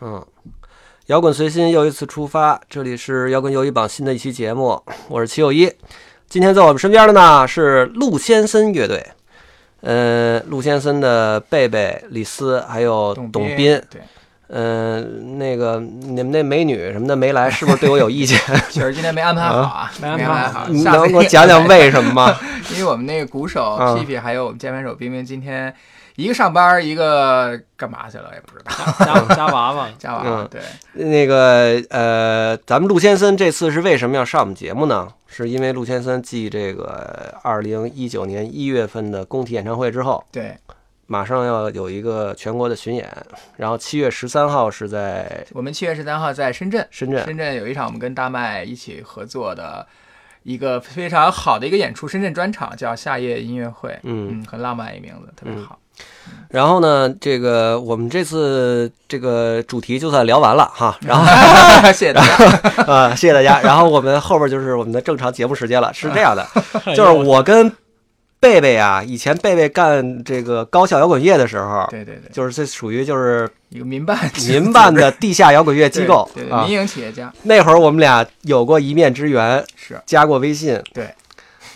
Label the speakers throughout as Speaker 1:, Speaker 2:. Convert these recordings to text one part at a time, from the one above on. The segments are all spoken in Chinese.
Speaker 1: 嗯，摇滚随心又一次出发，这里是摇滚又一榜新的一期节目，我是齐友一。今天在我们身边的呢是陆先森乐队，呃，陆先森的贝贝、李斯还有董斌，
Speaker 2: 对，
Speaker 1: 呃，那个你们那美女什么的没来，是不是对我有意见？
Speaker 2: 确实今天没安排好啊，没
Speaker 3: 啊
Speaker 2: 安排 好，
Speaker 1: 你
Speaker 2: 下次
Speaker 1: 能嗯给我讲讲为什么吗？
Speaker 2: 因为我们那个鼓手
Speaker 1: 嗯
Speaker 2: 屁屁还有我们键盘手冰冰今天一个上班，一个干嘛去了也不知道，
Speaker 3: 夹夹娃娃，
Speaker 2: 加娃
Speaker 1: 嗯
Speaker 2: 娃对，
Speaker 1: 那个呃，咱们陆先生这次是为什么要上我们节目呢？是因为陆先生继这个二零一九年一月份的工体演唱会之后，
Speaker 2: 对
Speaker 1: 马上要有一个全国的巡演，然后七月十三号是在
Speaker 2: 我们七月十三号在深圳，
Speaker 1: 深圳，
Speaker 2: 深圳有一场我们跟大麦一起合作的一个非常好的一个演出，深圳专场叫夏夜音乐会，
Speaker 1: 嗯，
Speaker 2: 嗯，很浪漫一名字，特别好，
Speaker 1: 然后呢，这个我们这次这个主题就算聊完了 哈，然后
Speaker 2: 谢谢大 家，
Speaker 1: 啊、谢谢大 家，然后我们后边就是我们的正常节目时间了，是这样的，就是我跟贝贝啊，以前贝贝干这个高校摇滚乐的时候，
Speaker 2: 对对对，
Speaker 1: 就是这属于 就是
Speaker 2: 一个民办
Speaker 1: 民办的地下摇滚乐机构
Speaker 2: 对对对
Speaker 1: 啊
Speaker 2: 民。营企业家
Speaker 1: 那会儿我们俩有过一面之缘，
Speaker 2: 是
Speaker 1: 加过微信。
Speaker 2: 对。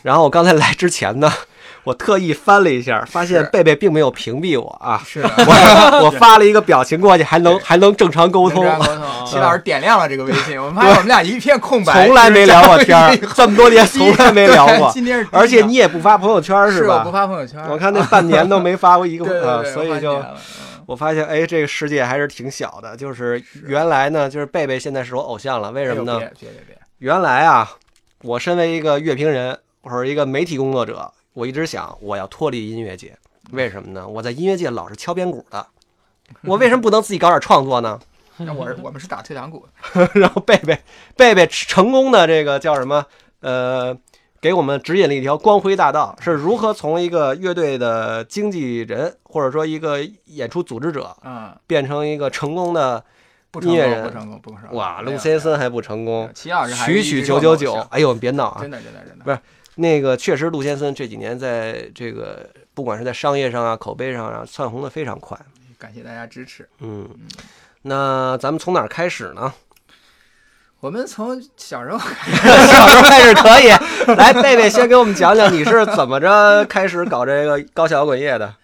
Speaker 1: 然后我刚才来之前呢， 我特意翻了一下，发现
Speaker 2: 是，
Speaker 1: 贝贝并没有屏蔽我啊
Speaker 2: 是的。
Speaker 1: 我我发了一个表情过去，还能
Speaker 2: 对
Speaker 1: 还能正常沟通
Speaker 2: 能，这样 沟通。齐老师点亮了这个微 信，我们发现我们俩一片空白，
Speaker 1: 从来没聊过天儿
Speaker 2: 就是这样，
Speaker 1: 这么多年从来没聊 过，
Speaker 2: 今天是第一条
Speaker 1: 而且你也不发朋友圈
Speaker 2: 是我不
Speaker 1: 吧？
Speaker 2: 发朋友圈，
Speaker 1: 我看那半年都没发过一
Speaker 2: 对
Speaker 1: 个
Speaker 2: 对
Speaker 1: 啊，
Speaker 2: 对，
Speaker 1: 所
Speaker 2: 我发
Speaker 1: 以
Speaker 2: 现
Speaker 1: 就
Speaker 2: 了嗯
Speaker 1: 我发现，哎，这个世界还是挺小的。就是原来呢，就是贝贝现在是我偶像了，为什么呢
Speaker 2: 哎？呦别别别别，
Speaker 1: 原来啊，我身为一个乐评人或者一个媒体工作者，我一直想我要脱离音乐界，为什么呢？我在音乐界老是敲边鼓的，我为什么不能自己搞点创作呢？
Speaker 2: 那我是我们是打退堂鼓，
Speaker 1: 然后贝贝贝贝成功的这个叫什么？呃，给我们指引了一条光辉大道，是如何从一个乐队的经纪人或者说一个演出组织者，
Speaker 2: 嗯，
Speaker 1: 变成一个成功的
Speaker 2: 不成
Speaker 1: 音乐
Speaker 2: 功，
Speaker 1: 人
Speaker 2: 不。成功，不成功。
Speaker 1: 哇，
Speaker 2: 没
Speaker 1: 陆
Speaker 2: 有
Speaker 1: 先生还不成
Speaker 2: 没有
Speaker 1: 功，
Speaker 2: 齐老师还是
Speaker 1: 曲
Speaker 2: 一直
Speaker 1: 曲
Speaker 2: 是
Speaker 1: 九
Speaker 2: 我
Speaker 1: 九
Speaker 2: 偶
Speaker 1: 九
Speaker 2: 像，
Speaker 1: 哎呦，别闹啊！
Speaker 2: 真的真的真的
Speaker 1: 不是那个确实，陆先生这几年在这个不管是在商业上啊、口碑上啊，窜红的非常快。
Speaker 2: 感谢大家支持。
Speaker 1: 嗯，那咱们从哪儿开始呢？
Speaker 2: 我们从小时候
Speaker 1: 小时候开始可以。来，贝贝先给我们讲讲你是怎么着开始搞这个高校摇滚乐的？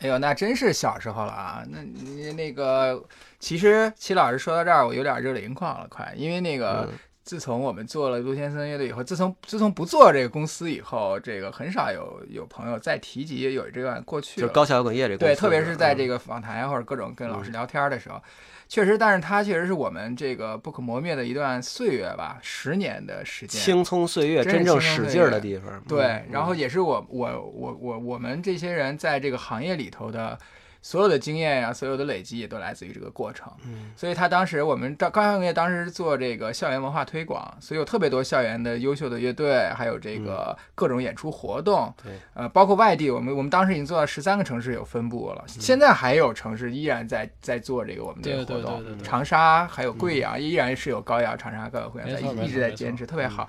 Speaker 2: 哎呦，那真是小时候了啊！那你那个，其实齐老师说到这儿，我有点热泪盈眶了，快，因为那
Speaker 1: 嗯
Speaker 2: 个。自从我们做了陆先生乐队以后，自从自从不做这个公司以后，这个很少有有朋友再提及有这段过去
Speaker 1: 就
Speaker 2: 了。
Speaker 1: 是高校摇滚乐这个公
Speaker 2: 对，
Speaker 1: 司，嗯
Speaker 2: 特别是在这
Speaker 1: 个
Speaker 2: 个访谈或者各种跟
Speaker 1: 嗯
Speaker 2: 老师聊天的时候，确实，但是它确实是我们这个不可磨灭的一段岁月吧，十年的时间。
Speaker 1: 嗯青葱岁月
Speaker 2: 真是
Speaker 1: 真正
Speaker 2: 青葱岁
Speaker 1: 使
Speaker 2: 月
Speaker 1: 劲儿的地方。
Speaker 2: 对
Speaker 1: 嗯，
Speaker 2: 然后也是我我我我我们这些人在这个行业里头的所有的经验呀、所有的累积也都来自于这个过程。
Speaker 1: 嗯，
Speaker 2: 所以他当时我们到高校乐当时是做这个校园文化推广，所以有特别多校园的优秀的乐队，还有这个
Speaker 3: 嗯
Speaker 2: 各种演出活动。
Speaker 1: 对
Speaker 2: 呃，包括外地，我们我们当时已经做到十三个城市有分布了，
Speaker 3: 嗯
Speaker 2: 现在还有城市依然在在做这个我们这个活
Speaker 3: 对
Speaker 2: 动。
Speaker 3: 对对嗯对对，
Speaker 2: 长沙还有贵阳，依然是有高阳、长沙、高阳、贵阳在
Speaker 3: 没错
Speaker 2: 一
Speaker 3: 没
Speaker 2: 一直
Speaker 3: 错嗯
Speaker 2: 在
Speaker 3: 没
Speaker 2: 坚
Speaker 3: 错
Speaker 2: 持，特别好。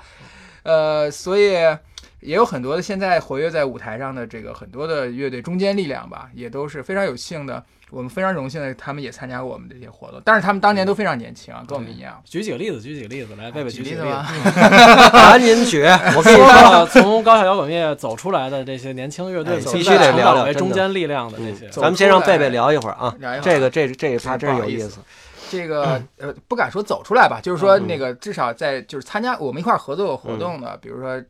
Speaker 2: 呃，所以也有很多的现在活跃在舞台上的这个很多的乐队中坚力量吧，也都是非常有幸的，我们非常荣幸的，他们也参加过我们这些活动，但是他们当年都非常年轻，啊，跟我们一样。
Speaker 3: 举几个例子，举几个例子
Speaker 1: 啊
Speaker 3: 来，贝贝
Speaker 2: 啊举
Speaker 3: 几
Speaker 2: 例
Speaker 3: 个
Speaker 2: 子
Speaker 3: 例
Speaker 2: 吧
Speaker 3: 子。，
Speaker 1: 赶紧举，我跟你
Speaker 3: 说
Speaker 1: 说，
Speaker 3: 了，从高校摇滚乐走出来的这些年轻乐队
Speaker 1: 哎，
Speaker 3: 走
Speaker 1: 必
Speaker 3: 出
Speaker 1: 须
Speaker 3: 来
Speaker 1: 得
Speaker 3: 成
Speaker 1: 聊
Speaker 3: 长
Speaker 1: 聊
Speaker 3: 为
Speaker 1: 真
Speaker 3: 中
Speaker 1: 的
Speaker 3: 间力量的这些
Speaker 1: 嗯，
Speaker 2: 走
Speaker 1: 咱们先让
Speaker 2: 出来
Speaker 1: 贝贝聊一会儿啊，
Speaker 2: 聊一会儿
Speaker 1: 这个这这一趴真是
Speaker 2: 不
Speaker 1: 有
Speaker 2: 好意
Speaker 1: 意
Speaker 2: 思
Speaker 1: 思。
Speaker 2: 这个呃，不敢说走出来吧，就是说
Speaker 3: 嗯
Speaker 2: 那个至少在就是参加我们一块儿合作过活动的，比如说，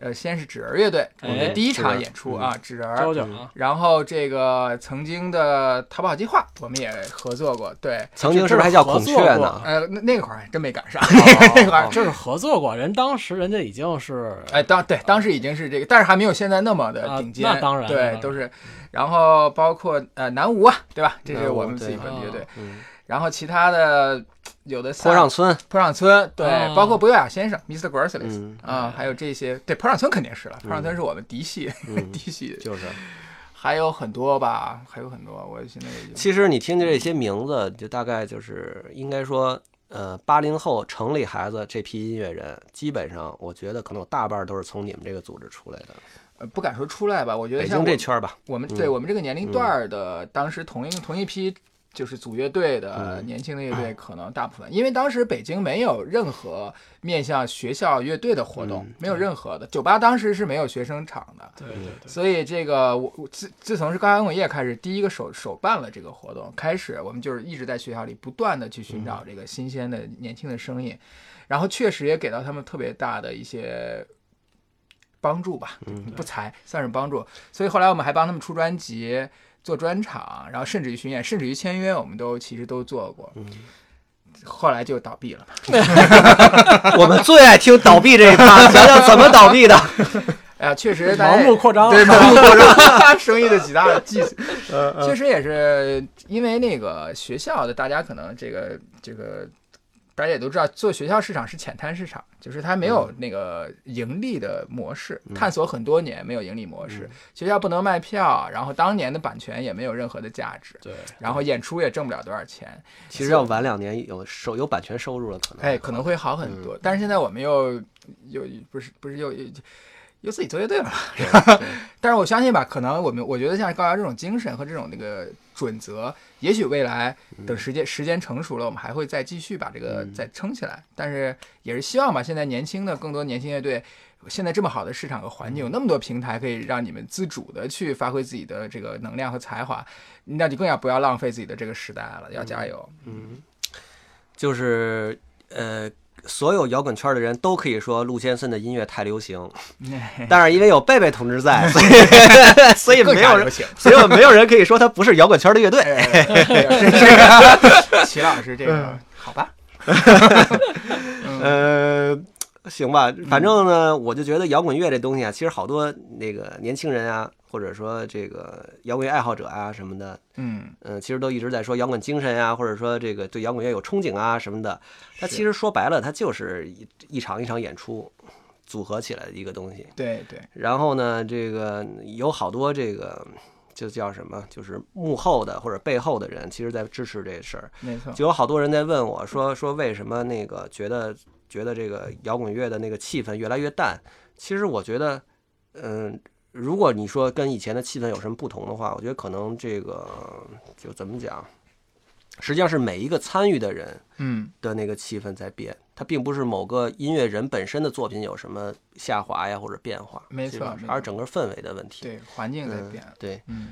Speaker 2: 呃，先是纸儿乐队，我们
Speaker 3: 哎嗯
Speaker 2: 的第一
Speaker 1: 纸儿
Speaker 2: 场演出啊，纸儿，
Speaker 1: 嗯
Speaker 3: 周九啊，
Speaker 2: 然后这个曾经的淘宝计划，我们也合作过，对，
Speaker 1: 曾经是不是还叫孔雀呢？
Speaker 2: 呃，那那会儿还真没赶 上，
Speaker 1: 这
Speaker 2: 会儿
Speaker 3: 这是合作过，人当时人家已经是
Speaker 2: 哦哎，当对当时已经是这个，但是还没有现在那么的
Speaker 3: 啊
Speaker 2: 顶尖，
Speaker 3: 那当然那当
Speaker 2: 对，
Speaker 3: 然
Speaker 2: 都是，然后包括呃南吴啊，对吧？这是
Speaker 1: 南吴
Speaker 2: 我们自己
Speaker 1: 对
Speaker 2: 本地乐队，
Speaker 1: 嗯，
Speaker 2: 然后其他的有的
Speaker 1: 坡
Speaker 2: 上
Speaker 1: 上村，
Speaker 2: 坡上村，对，
Speaker 3: 啊
Speaker 2: 包括博雅先生 Mr. Gorselis
Speaker 1: 嗯
Speaker 2: 啊，还有这些，对，坡上村肯定是了，坡上村是我们嫡系
Speaker 1: 嗯
Speaker 2: 嫡，系，
Speaker 1: 就是。
Speaker 2: 还有很多吧，还有很多，我现在也就
Speaker 1: 其实你听着这些名字，就大概就是应该说，呃，八零后城里孩子这批音乐人，基本上我觉得可能有大半都是从你们这个组织出来的，
Speaker 2: 呃不敢说出来吧，我觉得
Speaker 1: 北
Speaker 2: 像
Speaker 1: 京
Speaker 2: 我
Speaker 1: 这圈儿吧。
Speaker 2: 我们
Speaker 1: 嗯
Speaker 2: 对我们这个年龄段儿的，当时同一同一批就是组乐队的年轻的乐
Speaker 1: 哎
Speaker 2: 队，可能大部分，因为当时北京没有任何面向学校乐队的活动，
Speaker 1: 嗯
Speaker 2: 没有任何的酒吧当时是没有学生场的，
Speaker 3: 对对对，
Speaker 2: 所以这个我我自自从是高阳伟业开始，第一个手手办了这个活动开始，我们就是一直在学校里不断的去寻找这个新鲜的年轻的声音，然后确实也给到他们特别大的一些帮助吧，
Speaker 3: 嗯
Speaker 2: 不才算是帮助。所以后来我们还帮他们出专辑、做专场，然后甚至于巡演，甚至于签约，我们都其实都做过。
Speaker 3: 嗯
Speaker 2: 后来就倒闭了。
Speaker 1: 我们最爱听倒闭这一趴，讲讲怎么倒闭的。
Speaker 2: 哎呀，确实大家
Speaker 3: 盲目扩张，
Speaker 2: 对，盲目 扩张，生意的几大技 嗯巧，确实也是因为那个学校的，大家可能这个这个。大家也都知道，做学校市场是浅滩市场，就是它没有那个盈利的模式，探索很多年没有盈利模式，学校不能卖票，然后当年的版权也没有任何的价值，
Speaker 3: 对，
Speaker 2: 然后演出也挣不了多少钱，
Speaker 1: 其实要晚两年有收有版权收入了，可能
Speaker 2: 哎，可能会好很多。但是现在我们又又不是不是又又又自己做乐队了， 但是我相信吧，可能我们我觉得像高瑶这种精神和这种那个准则，也许未来等时间、时间成熟了，我们还会再继续把这个再撑起来。但是也是希望吧，现在年轻的更多年轻乐队。现在这么好的市场和环境，有那么多平台可以让你们自主的去发挥自己的这个能量和才华，那就更要不要浪费自己的这个时代了，要加油。
Speaker 1: 就是呃，所有摇滚圈的人都可以说陆先生的音乐太流 行，但是因为有贝贝同志在， 所以所以
Speaker 2: 更
Speaker 1: 没
Speaker 2: 加
Speaker 1: 有
Speaker 2: 流
Speaker 1: 人，
Speaker 2: 行
Speaker 1: 所以没有人可以说他不是摇滚圈的乐队。
Speaker 2: 对，齐老师这个好吧？
Speaker 1: 呃，行吧，反正呢，我就觉得摇滚乐这东西啊，其实好多那个年轻人啊，或者说这个摇滚乐爱好者啊什么的，
Speaker 2: 嗯，
Speaker 1: 嗯、其实都一直在说摇滚精神啊，或者说这个对摇滚乐有憧憬啊什么的。它
Speaker 2: 是
Speaker 1: 其实说白了，它就是一一场一场演出组合起来的一个东西。
Speaker 2: 对对，
Speaker 1: 然后呢，这个有好多这个就叫什么，就是幕后的或者背后的人，其实在支持这事儿。
Speaker 2: 没错，
Speaker 1: 就有好多人在问我说说为什么那个觉得觉得这个摇滚乐的那个气氛越来越淡？其实我觉得，嗯、如果你说跟以前的气氛有什么不同的话，我觉得可能这个就怎么讲，实际上是每一个参与的人
Speaker 2: 嗯，
Speaker 1: 的那个气氛在变，它并不是某个音乐人本身的作品有什么下滑呀或者变化，
Speaker 2: 没错
Speaker 1: 是吧
Speaker 2: 没错
Speaker 1: 而是整个氛围的问题。
Speaker 2: 对，环境在变
Speaker 1: 嗯，，对，
Speaker 2: 嗯，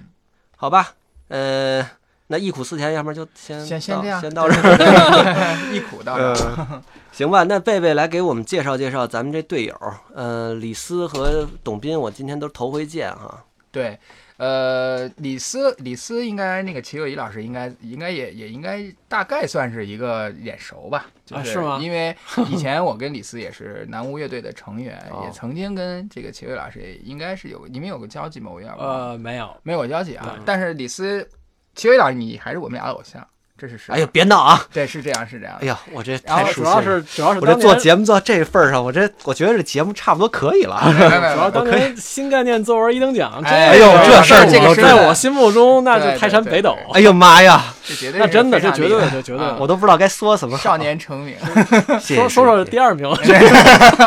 Speaker 1: 好吧，呃，那忆苦思甜，要不然就先
Speaker 2: 先先
Speaker 1: 到
Speaker 2: 这样，
Speaker 1: 先到这儿。
Speaker 2: 儿，一苦到这儿，
Speaker 1: 嗯，行吧，那贝贝来给我们介绍介绍咱们这队友，呃，李斯和董斌，我今天都是头回见哈。
Speaker 2: 对。呃，李斯，李斯应该那个齐友谊老师应该应该也也应该大概算是一个眼熟吧，就
Speaker 3: 啊是吗
Speaker 2: 因为以前我跟李斯也是南无乐队的成员，
Speaker 1: 哦
Speaker 2: 也曾经跟这个齐友谊老师也应该是有你们有个交集吗？我有点忘了。
Speaker 3: 呃，没有，
Speaker 2: 没有交集啊
Speaker 3: 对。
Speaker 2: 但是李斯，齐伟老师，你还是我们俩的偶像，这是实话
Speaker 1: 哎呦，，别闹啊！
Speaker 2: 对，是这样，是这样
Speaker 1: 哎。呀，我这
Speaker 2: 然
Speaker 1: 太
Speaker 2: 后
Speaker 3: 然
Speaker 1: 熟悉
Speaker 3: 后主要
Speaker 1: 了。
Speaker 3: 是主要是
Speaker 1: 我这
Speaker 3: 当年
Speaker 1: 做节目做到这份儿上，我这我觉得这节目差不多可以了。
Speaker 2: 没有没有没有
Speaker 3: 主要当年新概念作文一等奖，这
Speaker 2: 哎
Speaker 1: 呦
Speaker 3: 个
Speaker 1: 这事儿
Speaker 3: 在
Speaker 1: 我
Speaker 3: 我
Speaker 1: 知
Speaker 3: 在
Speaker 2: 道
Speaker 3: 我心目中那
Speaker 2: 对
Speaker 3: 就
Speaker 2: 对
Speaker 3: 泰山
Speaker 2: 对
Speaker 3: 北斗，
Speaker 2: 对
Speaker 1: 哎呦妈呀，
Speaker 2: 这绝对
Speaker 3: 那
Speaker 2: 是
Speaker 3: 真的
Speaker 2: 非
Speaker 3: 这
Speaker 2: 常
Speaker 3: 绝
Speaker 2: 厉
Speaker 3: 对
Speaker 2: 害
Speaker 3: 的，绝对
Speaker 1: 我
Speaker 3: 的。
Speaker 1: 都不知道该说什么好。
Speaker 2: 少年成名。
Speaker 1: 啊 谢谢，
Speaker 3: 说说说
Speaker 1: 谢哎
Speaker 3: 第二名，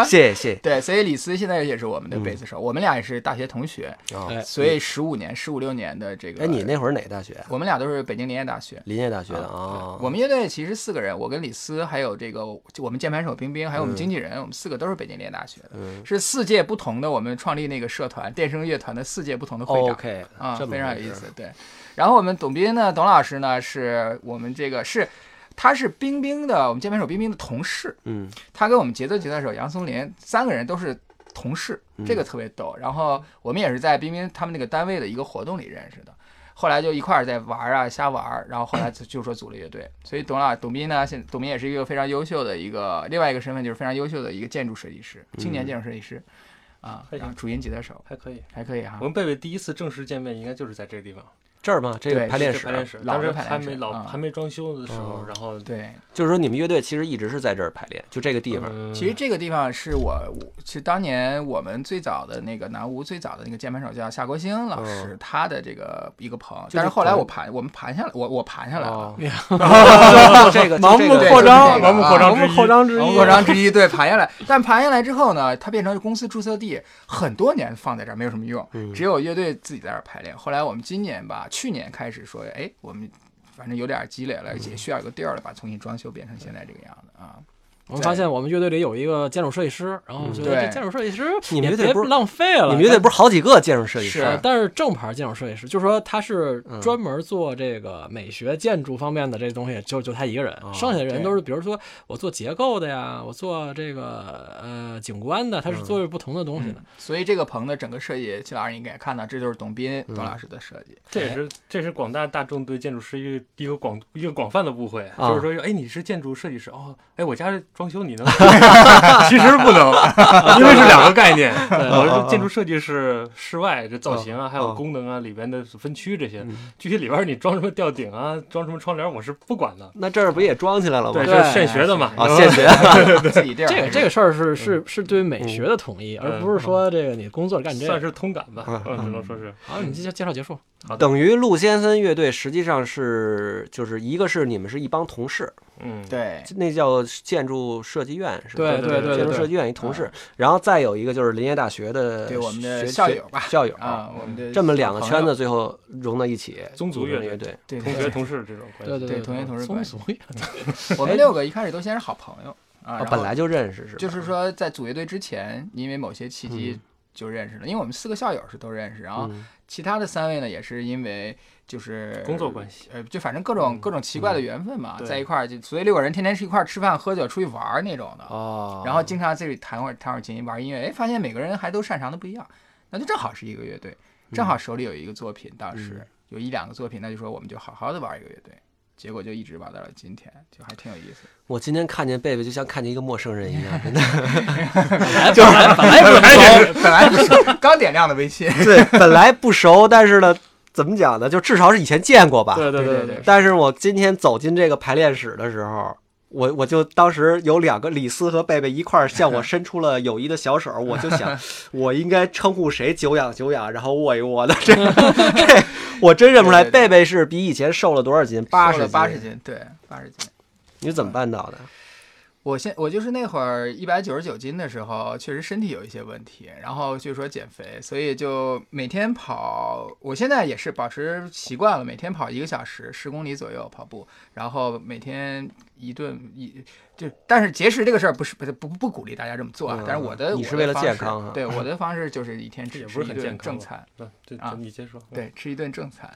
Speaker 1: 谢谢谢
Speaker 2: 对，所以李斯现在也是我们的贝斯手，我们俩也是大学同学，
Speaker 1: 谢。哦
Speaker 3: 哎
Speaker 2: 所以十五年、十五六年的这个，
Speaker 1: 哎，你那会儿哪大学啊？
Speaker 2: 我们俩都是北京林业大学。
Speaker 1: 林业大学的
Speaker 2: 对
Speaker 1: 啊。
Speaker 2: 我们乐队其实四个人，我跟李斯，还有这个我们键盘手冰冰，还有我们经纪人，我们四个都是北京林业大学的，
Speaker 1: 嗯
Speaker 2: 是四届不同的。我们创立那个社团电声乐团的四届不同的会长。
Speaker 1: OK
Speaker 2: 啊，
Speaker 1: 这么
Speaker 2: 非常有
Speaker 1: 回
Speaker 2: 意
Speaker 1: 事
Speaker 2: 思。对，然后我们董斌呢，董老师呢，是我们这个是，他是冰冰的，我们键盘手冰冰的同事，
Speaker 1: 嗯，
Speaker 2: 他跟我们节奏吉他手杨松林三个人都是同事，
Speaker 1: 嗯
Speaker 2: 这个特别逗。然后我们也是在冰冰他们那个单位的一个活动里认识的。后来就一块儿在玩儿啊，瞎玩儿，然后后来就就说组了乐队。所以董老董斌呢，现董斌也是一个非常优秀的一个另外一个身份，就是非常优秀的一个建筑设计师，
Speaker 1: 嗯
Speaker 2: 青年建筑设计师，啊，
Speaker 4: 哎呀
Speaker 2: 然后主音吉他手，
Speaker 4: 还可以。
Speaker 2: 还可以哈
Speaker 1: 啊
Speaker 4: 我。们贝贝第一次正式见面应该就是在这个地方，
Speaker 1: 这儿吗？这
Speaker 2: 对
Speaker 1: 个排练
Speaker 4: 是
Speaker 1: 室啊
Speaker 4: 排，练室，
Speaker 2: 老
Speaker 4: 当
Speaker 2: 的
Speaker 4: 时
Speaker 2: 排练
Speaker 4: 还没
Speaker 2: 室
Speaker 4: 老
Speaker 1: 嗯
Speaker 2: 啊
Speaker 4: 还没装修的时候，然后嗯
Speaker 2: 对，
Speaker 1: 就是说你们乐队其实一直是在这儿排练，就这个地方。
Speaker 4: 嗯
Speaker 2: 其实这个地方是我，我其实当年我们最早的那个南吴最早的那个键盘手叫夏国兴老
Speaker 3: 嗯
Speaker 2: 师，他的这个一个棚，
Speaker 1: 就
Speaker 2: 但
Speaker 1: 是
Speaker 2: 是后来
Speaker 1: 棚
Speaker 2: 我盘我们盘下来，我我盘下来了
Speaker 1: 哦，， 就 这个
Speaker 3: 哦
Speaker 1: 就
Speaker 3: 盲
Speaker 1: 这
Speaker 3: 目
Speaker 1: 个
Speaker 3: 扩张，
Speaker 2: 对就是这个啊
Speaker 3: 盲目扩张之一，
Speaker 2: 扩张之一，对，盘下来。但盘下来之后呢，它变成公司注册地，很多年放在这儿没有什
Speaker 3: 嗯
Speaker 1: 嗯
Speaker 2: 么用，只有乐队自己在这儿排练。后来我们今年吧，去年开始说，哎，我们反正有点积累
Speaker 3: 嗯
Speaker 2: 了，而且需要有个地儿了，把重新装修变成现在这个样子啊。
Speaker 3: 我们发现我们乐队里有一个建筑设计师，然后我们觉得哎
Speaker 2: 对
Speaker 3: 这建筑设计师
Speaker 1: 你们
Speaker 3: 也
Speaker 1: 乐队
Speaker 3: 别
Speaker 1: 不是
Speaker 3: 浪费了，
Speaker 1: 你们乐队不是好几个建筑设计师
Speaker 2: 是
Speaker 3: 呃，但是正牌建筑设计师，就是说他是
Speaker 1: 嗯
Speaker 3: 专门做这个美学建筑方面的这东西，就就他一个人，
Speaker 1: 哦
Speaker 3: 剩下的人
Speaker 2: 对
Speaker 3: 都是比如说我做结构的呀，我做这个呃景观的，
Speaker 1: 嗯
Speaker 3: 他是做不同的东西的。
Speaker 2: 嗯所以这个棚的整个设计，齐老师应该也看到，这就是董斌董老师的设计。
Speaker 4: 这
Speaker 3: 哎
Speaker 4: 也是这是广大大众对建筑师一个一个广一个广泛的误会，
Speaker 1: 啊
Speaker 4: 就是说，哎，你是建筑设计师哦，哎，我家装 修你能？其实不能，因为是两个概念。
Speaker 3: 嗯
Speaker 4: 我是建筑设计是室外这造型啊，还有功能啊，里边的分区这些，
Speaker 3: 嗯
Speaker 4: 具体里边你装什么吊顶啊，装什么窗帘，我是不管的。
Speaker 1: 那这儿不也装起来了吗
Speaker 4: 对，？
Speaker 3: 对
Speaker 4: 这是现学的嘛。
Speaker 1: 啊，
Speaker 4: 然后
Speaker 1: 现学，
Speaker 2: 自己地儿
Speaker 3: 这个这个事儿是
Speaker 1: 嗯
Speaker 3: 是是对于美学的统一，
Speaker 4: 嗯
Speaker 3: 而不是说这个你工作干这
Speaker 4: 算
Speaker 3: 个。
Speaker 4: 是通感吧，
Speaker 1: 嗯
Speaker 4: 嗯，只能说是
Speaker 3: 好，你介介绍结束。
Speaker 1: 等于陆先生乐队实际上是就是一个是你们是一帮同事，
Speaker 4: 嗯，
Speaker 2: 对
Speaker 1: 那叫建筑设计院是吧？
Speaker 3: 对
Speaker 4: 对
Speaker 3: 对
Speaker 4: 对
Speaker 3: 对
Speaker 1: 建筑
Speaker 3: 对
Speaker 1: 设计院一同事，然后再有一个就是林业大学的
Speaker 2: 对嗯我们的
Speaker 1: 学
Speaker 2: 校友吧
Speaker 1: 学校友
Speaker 2: 啊，我们的
Speaker 1: 这么两个
Speaker 2: 朋友
Speaker 1: 圈子最后融到一起，
Speaker 4: 宗族
Speaker 1: 组成
Speaker 4: 乐
Speaker 1: 乐
Speaker 4: 队
Speaker 1: 队。
Speaker 2: 对
Speaker 4: 同学同事这种关
Speaker 3: 对
Speaker 4: 系，
Speaker 3: 对对，
Speaker 2: 同学同事
Speaker 3: 松
Speaker 2: 关
Speaker 3: 鼠
Speaker 2: 我们六个一开始都先是好朋友啊，
Speaker 1: 啊
Speaker 2: 然，后
Speaker 1: 本来就认识是吧？
Speaker 2: 就是说在组乐队之前，因为某些契机就认识了，因为我们四个校友是都认识，然后
Speaker 1: 嗯，
Speaker 2: 其他的三位呢也是因为就是
Speaker 4: 工作关系，
Speaker 2: 呃，就反正各种各种奇怪的缘分嘛，
Speaker 4: 对
Speaker 2: 在一块儿就所以六个人天天是一块儿吃饭、喝酒、出去玩儿那种的，
Speaker 1: 哦，
Speaker 2: 啊然后经常这里弹会儿弹会儿琴、玩儿音乐，哎，发现每个人还都擅长的不一样，那就正好是一个乐队，正好手里有一个作品，当时有一两个作品，那就说我们就好好的玩一个乐队。结果就一直玩到了今天，就还挺有意思。
Speaker 1: 我今天看见贝贝就像看见一个陌生人一样，真的。
Speaker 3: 本 来本来本来不是
Speaker 2: 本来不是 刚点亮的微信，
Speaker 1: 对，本来不熟，但是呢，怎么讲呢？就至少是以前见过吧。
Speaker 4: 对对
Speaker 2: 对
Speaker 4: 对
Speaker 2: 对对
Speaker 1: 但是我今天走进这个排练室的时候，我我就当时有两个李斯和贝贝一块儿向我伸出了友谊的小手，我就想，我应该称呼谁久仰久仰，然后握一握的。这个这我真认不出来，
Speaker 2: 对对对
Speaker 1: 贝贝是比以前瘦了多少斤？八十
Speaker 2: 八十，斤，对，八十斤。
Speaker 1: 你怎么办到的？
Speaker 2: 我现我就是那会儿一百九十九斤的时候，确实身体有一些问题，然后就说减肥，所以就每天跑。我现在也是保持习惯了，每天跑一个小时，十公里左右跑步，然后每天一顿一就，但是节食这个事儿不是不是不不鼓励大家这么做啊。
Speaker 1: 嗯
Speaker 2: 但是我的
Speaker 1: 你是
Speaker 2: 我
Speaker 1: 为
Speaker 2: 的
Speaker 1: 了
Speaker 2: 方式
Speaker 1: 健康啊
Speaker 2: 对我的方式就是一天只
Speaker 4: 也
Speaker 2: 吃
Speaker 4: 不是
Speaker 2: 一
Speaker 4: 很
Speaker 2: 顿
Speaker 4: 健康
Speaker 2: 正
Speaker 4: 了嗯
Speaker 2: 餐，
Speaker 4: 对对
Speaker 2: 啊，
Speaker 4: 你先说，
Speaker 2: 对，吃一顿正餐，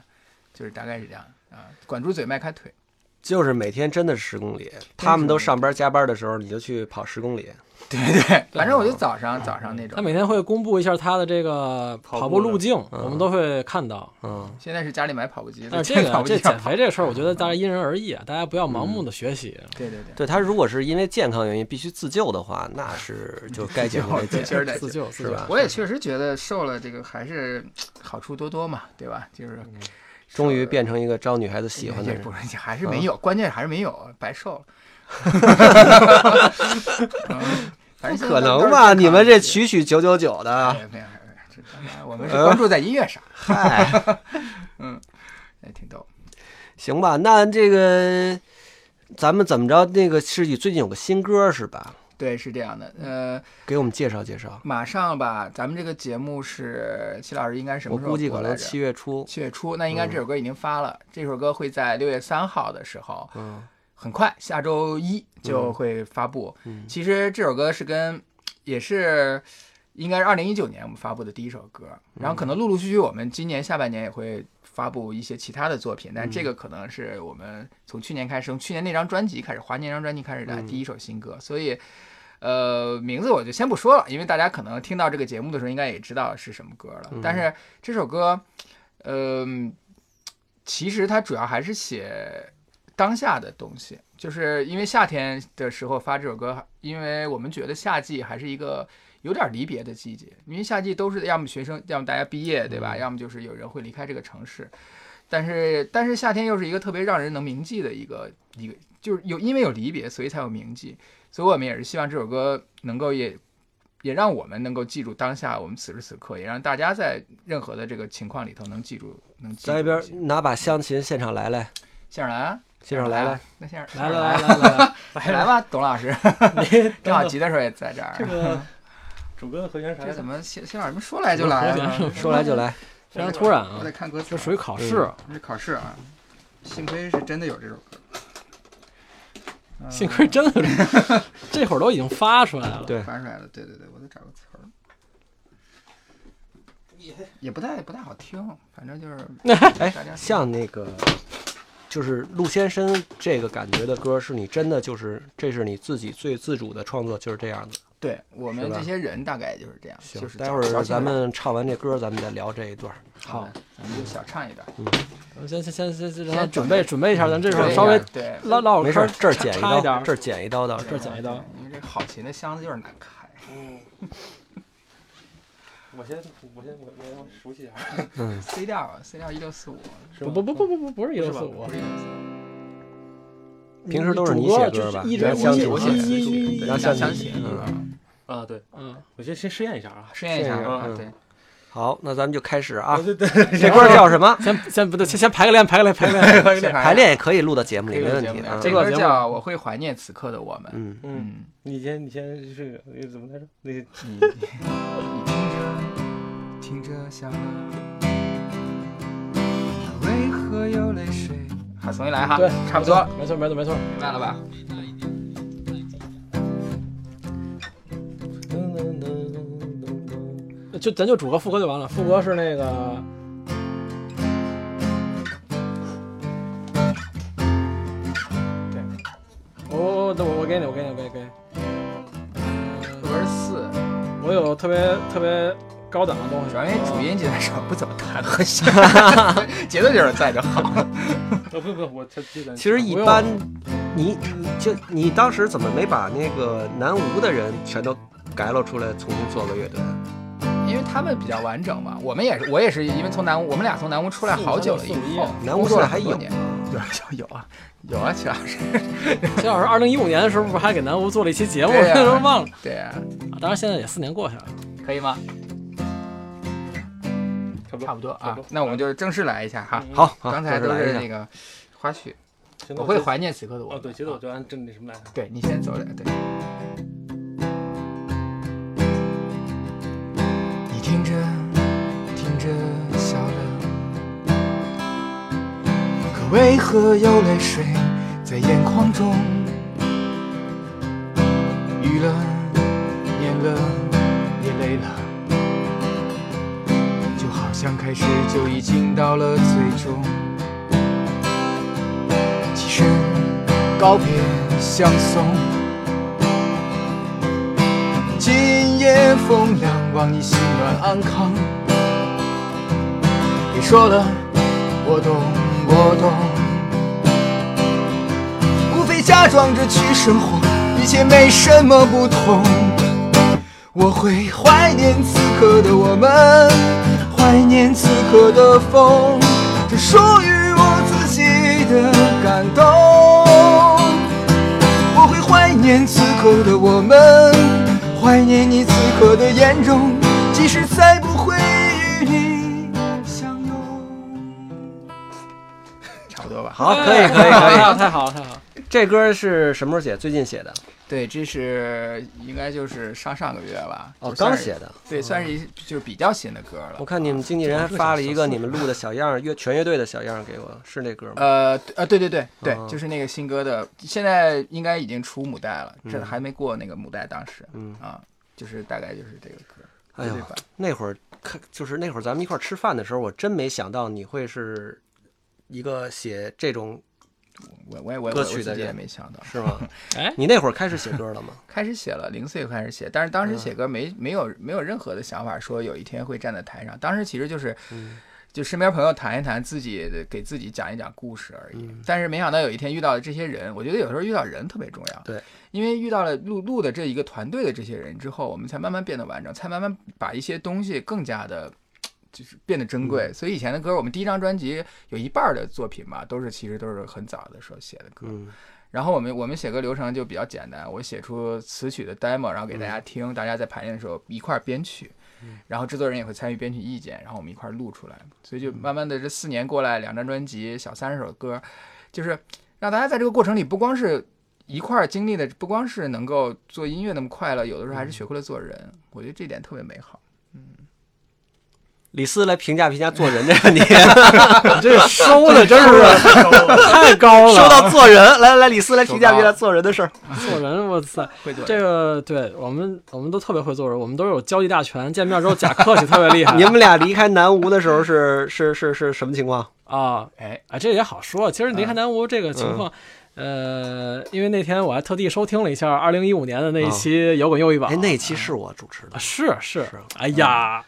Speaker 2: 就是大概是这样啊，管住嘴迈开腿。
Speaker 1: 就是每天真的是十公里，他们都上班加班的时候，你就去跑十公里。
Speaker 2: 对对，反正我就
Speaker 4: 嗯
Speaker 2: 早上早上那种
Speaker 3: 他。每天会公布一下他的这个跑步路径，我们都会看到。
Speaker 1: 嗯，
Speaker 2: 现在是家里买跑步机，
Speaker 4: 啊
Speaker 3: 但是
Speaker 2: 在
Speaker 3: 这
Speaker 2: 跑
Speaker 3: 个
Speaker 2: 步
Speaker 3: 这
Speaker 2: 机上
Speaker 3: 减
Speaker 2: 跑
Speaker 3: 肥这事儿，我觉得大家因人而异啊，大家不要盲目的学习。
Speaker 2: 对对对，
Speaker 1: 对他如果是因为健康原因必须自救的话，那是就该减就该
Speaker 2: 对
Speaker 1: 减。
Speaker 2: 确实得
Speaker 3: 自救自
Speaker 1: 啊是
Speaker 3: 救
Speaker 1: 吧
Speaker 2: 我也确实觉得瘦了这个还是好处多多嘛，对吧？就是
Speaker 1: 嗯终于变成一个招女孩子喜欢的
Speaker 2: 也
Speaker 1: 人啊
Speaker 2: 不。是还是没有，关键还是没有，白瘦了。 嗯反正现在
Speaker 1: 可
Speaker 2: 都
Speaker 1: 能
Speaker 2: 是
Speaker 1: 吧？
Speaker 2: 健康
Speaker 1: 你们这啊
Speaker 2: 的
Speaker 1: 曲曲九九九
Speaker 2: 哎
Speaker 1: 的，
Speaker 2: 没有没有，没有这当然我
Speaker 1: 嗯
Speaker 2: 们是关注在音乐上，
Speaker 1: 嗨，
Speaker 2: 也挺逗。
Speaker 1: 行吧？那这个咱们怎么着？那个是最近有个新歌是吧？
Speaker 2: 对，是这样的，呃，
Speaker 1: 给我们介绍介绍。
Speaker 2: 马上吧，咱们这个节目是齐老师应该什
Speaker 1: 我
Speaker 2: 么时候
Speaker 1: 估计
Speaker 2: 播
Speaker 1: 可
Speaker 2: 来
Speaker 1: 能
Speaker 2: 着
Speaker 1: 七月嗯初。
Speaker 2: 七月初，那应该这首歌已经发了，这首歌会在六月三号的时候
Speaker 1: 嗯
Speaker 2: 很快下周一就会发布。
Speaker 1: 嗯
Speaker 2: 其实这首歌是跟也是应该是二零一九年我们发布的第一首歌，然后可能陆陆续续我们今年下半年也会发布一些其他的作品，但这个可能是我们从去年开始，从去年那张专辑开始，华年那张专辑开始的第一首新歌，所以。呃，名字我就先不说了，因为大家可能听到这个节目的时候，应该也知道是什么歌了。但是这首歌，嗯、其实它主要还是写当下的东西，就是因为夏天的时候发这首歌，因为我们觉得夏季还是一个有点离别的季节，因为夏季都是要么学生，要么大家毕业，对
Speaker 1: 嗯
Speaker 2: 吧？要么就是有人会离开这个城市，但是但是夏天又是一个特别让人能铭记的一个一个，就是有因为有离别，所以才有铭记，所以我们也是希望这首歌能够也。也让我们能够记住当下，我们此时此刻，也让大家在任何的这个情况里头能记住，能记住
Speaker 1: 在一边
Speaker 2: 一些
Speaker 1: 拿把香琴现场来来，
Speaker 2: 现场来啊，
Speaker 1: 现场来来，
Speaker 2: 那现场
Speaker 3: 来来
Speaker 2: 嗯来
Speaker 3: 来来来，
Speaker 2: 来来吧，董老师，正好急的时候也在这
Speaker 4: 这
Speaker 2: 儿。
Speaker 4: 个主歌和弦啥
Speaker 2: 这
Speaker 4: 的
Speaker 2: 怎，么现现场什么说来就来啊？
Speaker 1: 说来就来。
Speaker 3: 非常突然
Speaker 2: 我
Speaker 3: 啊
Speaker 2: 得，看歌词，
Speaker 3: 这属于考试。
Speaker 2: 这考试啊。幸亏是真的有这首歌。嗯
Speaker 3: 幸亏真的是，这会儿都已经发出来了。
Speaker 1: 对
Speaker 2: 翻出来了，对对对，我得找个词儿。也也不太不太好听，反正 就是
Speaker 1: 哎
Speaker 2: 大家，
Speaker 1: 像那个就是陆先生这个感觉的歌，是你真的就是这是你自己最自主的创作，就是这样的。
Speaker 2: 对我们
Speaker 1: 是吧
Speaker 2: 这些人大概就是这样，
Speaker 1: 行，
Speaker 2: 就是
Speaker 1: 待会
Speaker 2: 找
Speaker 1: 儿
Speaker 2: 起来
Speaker 1: 咱们唱完这歌，咱们再聊这一段。
Speaker 2: 好，咱们就小唱一段，
Speaker 3: 先先先先先让他
Speaker 2: 先
Speaker 3: 准备准备一下，咱这时候
Speaker 2: 对
Speaker 3: 稍微
Speaker 2: 对
Speaker 3: 唠唠会
Speaker 1: 没事儿，这儿
Speaker 3: 插
Speaker 1: 剪一
Speaker 3: 插
Speaker 1: 刀，
Speaker 3: 一点，
Speaker 1: 这儿剪一刀，到这
Speaker 3: 这
Speaker 1: 儿
Speaker 3: 儿剪一刀，
Speaker 2: 因为这好琴的箱子就是难开。
Speaker 4: 我先我先我我熟悉一下，
Speaker 2: C 调啊，C 调一六四五，
Speaker 4: 是
Speaker 3: 不
Speaker 4: 吧
Speaker 3: 不不不不不不是一六四
Speaker 4: 不
Speaker 3: 五
Speaker 2: 不，是1645
Speaker 1: 平时都是你
Speaker 3: 主
Speaker 1: 写
Speaker 3: 就
Speaker 1: 歌吧
Speaker 3: 一
Speaker 1: 原
Speaker 3: 直
Speaker 1: 来想
Speaker 3: 一
Speaker 1: 起
Speaker 3: 直
Speaker 1: 我写
Speaker 3: 一
Speaker 1: 的
Speaker 3: 一一一
Speaker 2: 对
Speaker 1: 然后
Speaker 2: 想
Speaker 1: 像
Speaker 2: 想起，嗯
Speaker 4: 啊，对，
Speaker 3: 嗯，
Speaker 4: 我先先试验一下啊。
Speaker 2: 试验一下啊，
Speaker 1: 嗯
Speaker 2: 对，
Speaker 1: 好，那咱们就开始啊。
Speaker 4: 对对对，
Speaker 1: 这歌叫什么？
Speaker 3: 先先不对，先先排个练，排个练，排个练。
Speaker 2: 先
Speaker 1: 排练也可以录到节目里，
Speaker 2: 这
Speaker 1: 没
Speaker 2: 个
Speaker 1: 问
Speaker 2: 节目
Speaker 1: 题啊
Speaker 2: 这。
Speaker 3: 个
Speaker 2: 歌
Speaker 3: 节目
Speaker 2: 叫《我会怀念此刻的我们》。
Speaker 1: 嗯，
Speaker 4: 嗯，
Speaker 2: 嗯，
Speaker 4: 你先你先这个那怎么来着？那个
Speaker 2: 你你听着听着小乐，为何有泪水？好，重新来哈，
Speaker 3: 对，
Speaker 2: 啊差不多了，
Speaker 3: 没错，没错，没错。
Speaker 2: 明白了吧？
Speaker 3: 就咱就主歌副歌就完了，副歌是那个。对，我我等我我给你，我给你，我给你，给你。呃
Speaker 2: 二十四，
Speaker 3: 我有特别特别高档的东西，
Speaker 2: 主要因为哎主音吉他手不怎么弹和 弦，节奏就是在就好。
Speaker 4: 哦不不，我这这咱
Speaker 1: 其实一
Speaker 3: 不用
Speaker 1: 般你就你当时怎么没把那个南无的人全都改了出来，重新做个乐队？
Speaker 2: 因为他们比较完整嘛，我们也是，我也是因为从南屋，我们俩从南屋出来好久了以
Speaker 3: 四五三到四五一
Speaker 2: 后
Speaker 3: 啊，
Speaker 1: 南
Speaker 2: 工
Speaker 1: 无现
Speaker 2: 作
Speaker 1: 在
Speaker 2: 了
Speaker 1: 还
Speaker 2: 很
Speaker 1: 有
Speaker 2: 多
Speaker 1: 啊
Speaker 2: 年， 有有有啊有啊，齐老师，
Speaker 3: 齐老师二零一五年的时候不是还给南无做了一期节目，
Speaker 2: 对呀
Speaker 3: 那时候 忘了。
Speaker 2: 对啊，
Speaker 3: 啊当然现在也四年过去了，
Speaker 2: 可以吗？
Speaker 4: 差不多
Speaker 2: 差不多啊，那我们就正式来一下哈。
Speaker 4: 嗯
Speaker 1: 好，好
Speaker 2: 刚才
Speaker 1: 正
Speaker 2: 都
Speaker 1: 式来
Speaker 2: 是
Speaker 1: 一下
Speaker 2: 那个花絮，
Speaker 4: 行那
Speaker 2: 我会
Speaker 4: 就
Speaker 2: 怀念此刻的我
Speaker 4: 哦，。对，节奏就按正那什么 来着？
Speaker 2: 对你先走点，对。你听着，听着笑了，可为何有泪水在眼眶中雨了，黏了，也累了，就好像开始就已经到了最终。其实告别相送，今夜风凉，望你心暖安康。别说了，我懂，我懂。无非假装着去生活，一切没什么不同。我会怀念此刻的我们，怀念此刻的风，这属于我自己的感动。我会怀念此刻的我们，怀念你此刻的眼容，即使再不会与你相拥。 差不多吧。
Speaker 1: 好，可以，可以，
Speaker 2: 哎
Speaker 3: 太
Speaker 1: 可
Speaker 3: 好，啊太好，太好。
Speaker 1: 以。这歌是什么时候写？最近写的
Speaker 2: 对，这是应该就是上上个月吧，
Speaker 1: 哦，
Speaker 2: 就算
Speaker 1: 刚
Speaker 2: 是
Speaker 1: 写，的。嗯
Speaker 2: 对，算是一就是比较新的歌了
Speaker 1: 我。看你们经纪人
Speaker 2: 哦
Speaker 1: 还发了一个你们录的小样儿，乐全乐队的小样儿给我，是那歌吗？
Speaker 2: 呃对呃，对对对对，
Speaker 1: 哦
Speaker 2: 就是那个新歌的，现在应该已经出母带了，这
Speaker 1: 嗯
Speaker 2: 还没过那个母带，当时
Speaker 1: 嗯，
Speaker 2: 啊，就是大概就是这个歌，
Speaker 1: 哎呦
Speaker 2: 对，吧？
Speaker 1: 那会儿看就是那会儿咱们一块儿吃饭的时候，我真没想到你会是一个写这种
Speaker 2: 我我也我也
Speaker 1: 歌
Speaker 2: 我
Speaker 1: 曲的
Speaker 2: 自己也
Speaker 1: 人
Speaker 2: 没想到，
Speaker 1: 是 吗？
Speaker 3: 哎，
Speaker 1: 你那会儿开始写歌了吗？
Speaker 2: 开始写了，零岁开始写，但是当时
Speaker 1: 嗯
Speaker 2: 写歌没没有没有任何的想法，说有一天会站在台上，当时其实就是
Speaker 1: 嗯
Speaker 2: 就身边朋友谈一谈，自己的给自己讲一讲故事而已。
Speaker 1: 嗯
Speaker 2: 但是没想到有一天遇到的这些人，我觉得有时候遇到人特别重要。
Speaker 1: 对，
Speaker 2: 因为遇到了录录的这一个团队的这些人之后，我们才慢慢变得完整，才慢慢把一些东西更加的。就是变得珍
Speaker 1: 嗯
Speaker 2: 贵，所以以前的歌，我们第一张专辑有一半儿的作品吧，都是其实都是很早的时候写的歌。
Speaker 1: 嗯，
Speaker 2: 然后我们我们写歌流程就比较简单，我写出词曲的 demo，然后给大家听，大家在排练的时候一块儿编曲，然后制作人也会参与编曲意见，然后我们一块儿录出来。所以就慢慢的这四年过来，两张专辑，小三十首歌，就是让大家在这个过程里不光是。一块儿经历的不光是能够做音乐那么快乐，有的时候还是学会了做人，我觉得这点特别美好。
Speaker 1: 李斯来评价评价做人这 个问题，
Speaker 3: 这收的真是太高
Speaker 1: 说
Speaker 3: 了。
Speaker 1: 到做人，来来李斯来评价评价做人的事儿。
Speaker 3: 做人，我操，
Speaker 2: 会做
Speaker 3: 这个对我们我们都特别会做人，我们都有交际大全。见面之后假客气，特别厉 害。
Speaker 1: 啊 你们俩离开南吴的时候是是是是什么情况？
Speaker 3: 啊，
Speaker 2: 哎，
Speaker 3: 啊，这也好说。其实离开南吴这个情况，呃，因为那天我还特地收听了一下二零一五年的那一期摇滚又一榜，
Speaker 1: 哎，那期是我主持的
Speaker 3: 啊，是嗯是，哎呀，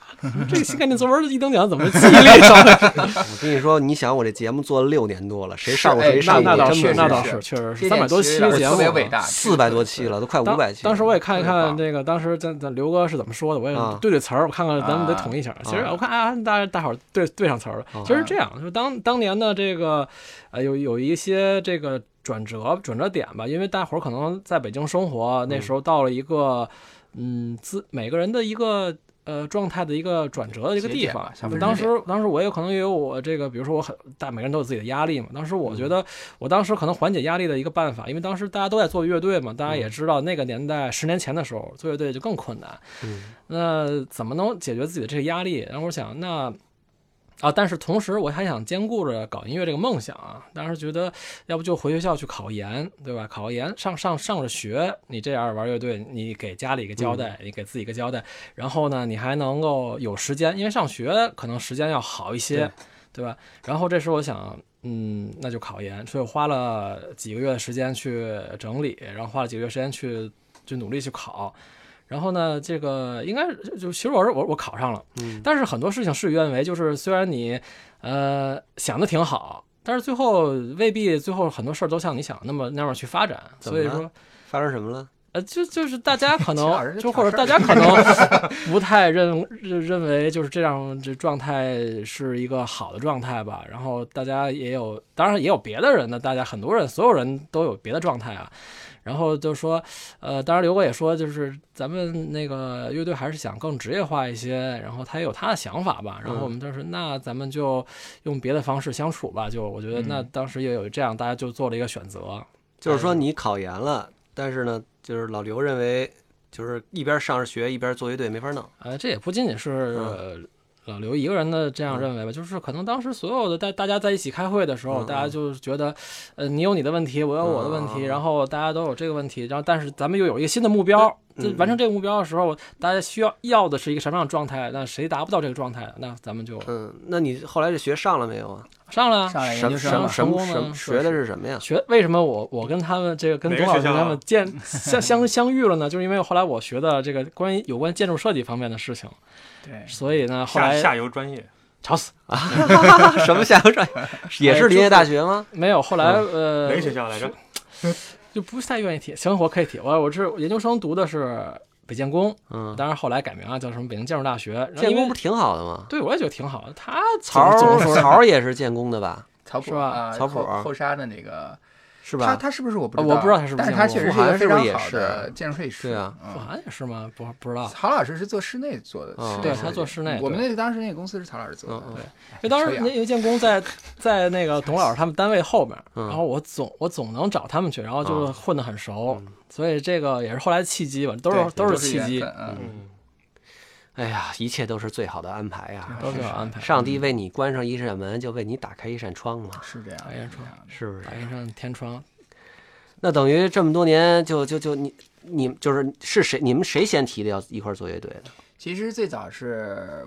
Speaker 3: 这个新概念作文一等奖怎么记忆力上来？
Speaker 1: 我跟你说，你想我这节目做了六年多了，谁上过
Speaker 2: 是哎
Speaker 1: 谁上过，
Speaker 2: 这
Speaker 3: 那 那倒
Speaker 1: 真
Speaker 3: 是，
Speaker 2: 确
Speaker 3: 那
Speaker 2: 实
Speaker 3: 倒
Speaker 2: 是
Speaker 3: 是，确实是
Speaker 2: 这
Speaker 3: 三
Speaker 2: 点
Speaker 3: 百多
Speaker 2: 其
Speaker 3: 期
Speaker 2: 实有点
Speaker 3: 节目，
Speaker 2: 特别伟大，
Speaker 1: 四百多期了，都快五
Speaker 3: 当
Speaker 1: 百期了。
Speaker 3: 当时我也看一
Speaker 2: 特别
Speaker 3: 看
Speaker 2: 棒
Speaker 3: 这个，当时咱咱刘哥是怎么说的，我也
Speaker 1: 啊
Speaker 3: 对对词儿，我看看咱们得
Speaker 2: 啊
Speaker 3: 统一一下。其实
Speaker 1: 啊
Speaker 3: 我看啊，大大伙儿对对上词儿了。其实这样，就是当当年的这个，呃，有有一些这个转折转折点吧，因为大伙儿可能在北京生活，那时候到了一个嗯自每个人的一个。呃，状态的一个转折的一个
Speaker 2: 节
Speaker 3: 地
Speaker 2: 点
Speaker 3: 方
Speaker 2: 吧像，分
Speaker 3: 当
Speaker 2: 水
Speaker 3: 时当时我也可能也有我这个，比如说我很大，每个人都有自己的压力嘛。当时我
Speaker 2: 嗯
Speaker 3: 觉得我当时可能缓解压力的一个办法，因为当时大家都在做乐队嘛，大家
Speaker 2: 嗯
Speaker 3: 也知道那个年代，十年前的时候做乐队就更困难。
Speaker 2: 嗯
Speaker 3: 那怎么能解决自己的这个压力？然后我想，那啊，但是同时我还想兼顾着搞音乐这个梦想啊。当时觉得，要不就回学校去考研，对吧？考个研，上上上着学，你这样玩乐队，你给家里一个交代，你给自己一个交代，然后呢，你还能够有时间，因为上学可能时间要好一些，对吧？然后这时候我想，嗯，那就考研，所以我花了几个月的时间去整理，然后花了几个月时间去就努力去考。然后呢，这个应该是就其实我是我我考上了，
Speaker 1: 嗯
Speaker 3: 但是很多事情事与愿违，就是虽然你呃想的挺好，但是最后未必最后很多事儿都像你想那么那样去发展，
Speaker 1: 怎么
Speaker 3: 所
Speaker 1: 了
Speaker 3: 以说
Speaker 1: 发生什么了？
Speaker 3: 呃，就就是大家可
Speaker 2: 小人
Speaker 3: 能
Speaker 2: 就
Speaker 3: 就
Speaker 2: 挑
Speaker 3: 或者
Speaker 2: 事儿
Speaker 3: 大家可能不太认 认认为就是这样这状态是一个好的状态吧。然后大家也有，当然也有别的人呢，大家很多人所有人都有别的状态啊。然后就说，呃，当然刘哥也说，就是咱们那个乐队还是想更职业化一些，然后他也有他的想法吧。然
Speaker 2: 嗯
Speaker 3: 后我们就是，那咱们就用别的方式相处吧。就我觉得，那
Speaker 2: 嗯
Speaker 3: 当时也有这样，大家就做了一个选择。
Speaker 1: 就是说你考研了，但是呢，就是老刘认为，就是一边上着学一边做乐队没法弄。
Speaker 3: 呃，这也不仅仅是、
Speaker 1: 嗯
Speaker 3: 老刘一个人的这样认为吧，就是可能当时所有的大大家在一起开会的时候，
Speaker 1: 嗯
Speaker 3: 大家就是觉得，呃，你有你的问题，我有我的问题，
Speaker 1: 嗯嗯嗯
Speaker 3: 然后大家都有这个问题，然后但是咱们又有一个新的目标。就
Speaker 1: 嗯
Speaker 3: 完成这个目标的时候，大家需要要的是一个什么样的状态？那谁达不到这个状态，那咱们就
Speaker 1: 嗯，那你后来这学上了没有啊？
Speaker 3: 上了啊。
Speaker 2: 上来研
Speaker 1: 什
Speaker 2: 究
Speaker 1: 么
Speaker 2: 生
Speaker 1: 什么什
Speaker 2: 嘛
Speaker 1: 么
Speaker 3: 成功了
Speaker 1: 什么
Speaker 3: 是
Speaker 1: 学的是什么 呀？
Speaker 3: 学为什么我我跟他们这个跟
Speaker 4: 哪
Speaker 3: 董
Speaker 4: 个
Speaker 3: 老师
Speaker 4: 学校啊
Speaker 3: 他们 见相相相遇了呢？就是因为后来我学的这个关于有关建筑设计方面的事情，
Speaker 2: 对，
Speaker 3: 所以呢，后
Speaker 4: 下
Speaker 3: 来
Speaker 4: 下游专业，
Speaker 3: 吵死。
Speaker 1: 什么下游专业？也
Speaker 3: 哎
Speaker 1: 是林业大学吗？
Speaker 3: 没有，后来
Speaker 4: 嗯哪
Speaker 3: 呃，
Speaker 4: 个学校来着？
Speaker 3: 就不太愿意提。行，我可以提。我我是研究生读的是北建工，
Speaker 1: 嗯，
Speaker 3: 当然后来改名啊了，叫什么北京建筑大学。然后
Speaker 1: 建
Speaker 3: 因为
Speaker 1: 工不是挺好的吗？
Speaker 3: 对我也觉得挺好的。他
Speaker 1: 曹
Speaker 3: 总总
Speaker 1: 儿
Speaker 3: 说
Speaker 1: 曹儿也是建工的吧？
Speaker 2: 曹
Speaker 3: 是
Speaker 2: 普
Speaker 3: 吧
Speaker 2: 啊，
Speaker 1: 曹普
Speaker 2: 后后沙的那个，
Speaker 1: 是
Speaker 2: 他
Speaker 1: 吧？
Speaker 2: 他是不是我不
Speaker 3: 啊我不知道他是不是
Speaker 2: 但是他
Speaker 3: 建
Speaker 2: 确
Speaker 1: 筑
Speaker 2: 实
Speaker 1: 师
Speaker 2: 一个
Speaker 1: 傅涵是不
Speaker 2: 非常好
Speaker 1: 是也
Speaker 2: 的
Speaker 1: 是
Speaker 2: 建筑设计师。
Speaker 1: 对啊
Speaker 2: 嗯
Speaker 3: 好像也是吗？不不知道。
Speaker 2: 曹老师是做室内做的
Speaker 1: 哦，
Speaker 2: 室内
Speaker 3: 对
Speaker 2: 设计嗯
Speaker 3: 他做室内
Speaker 2: 我们
Speaker 3: 对
Speaker 2: 那个当时那个公司是曹老师做的
Speaker 1: 嗯嗯，
Speaker 2: 对
Speaker 3: 因为当时
Speaker 2: 所以啊
Speaker 3: 那因为建工在在那个董老师他们单位后面，
Speaker 1: 嗯啊
Speaker 3: 然后我总我总能找他们去，然后就是混得很
Speaker 1: 嗯
Speaker 3: 熟，所以这个也是后来的契机吧，都是
Speaker 2: 对都
Speaker 3: 都是契机
Speaker 2: 缘，分嗯，
Speaker 4: 嗯，
Speaker 1: 哎呀，一切都是最好的安排呀！
Speaker 3: 都是有安排。嗯
Speaker 1: 上帝为你关上一扇门，就为你打开一扇窗嘛，
Speaker 2: 是这样
Speaker 3: 哎
Speaker 2: 的，
Speaker 3: 呀
Speaker 2: 是这样的
Speaker 1: 是不是？
Speaker 3: 打开上天窗，
Speaker 1: 那等于这么多年，就就就你你就是是谁？你们谁先提的要一块儿做乐队的？
Speaker 2: 其实最早是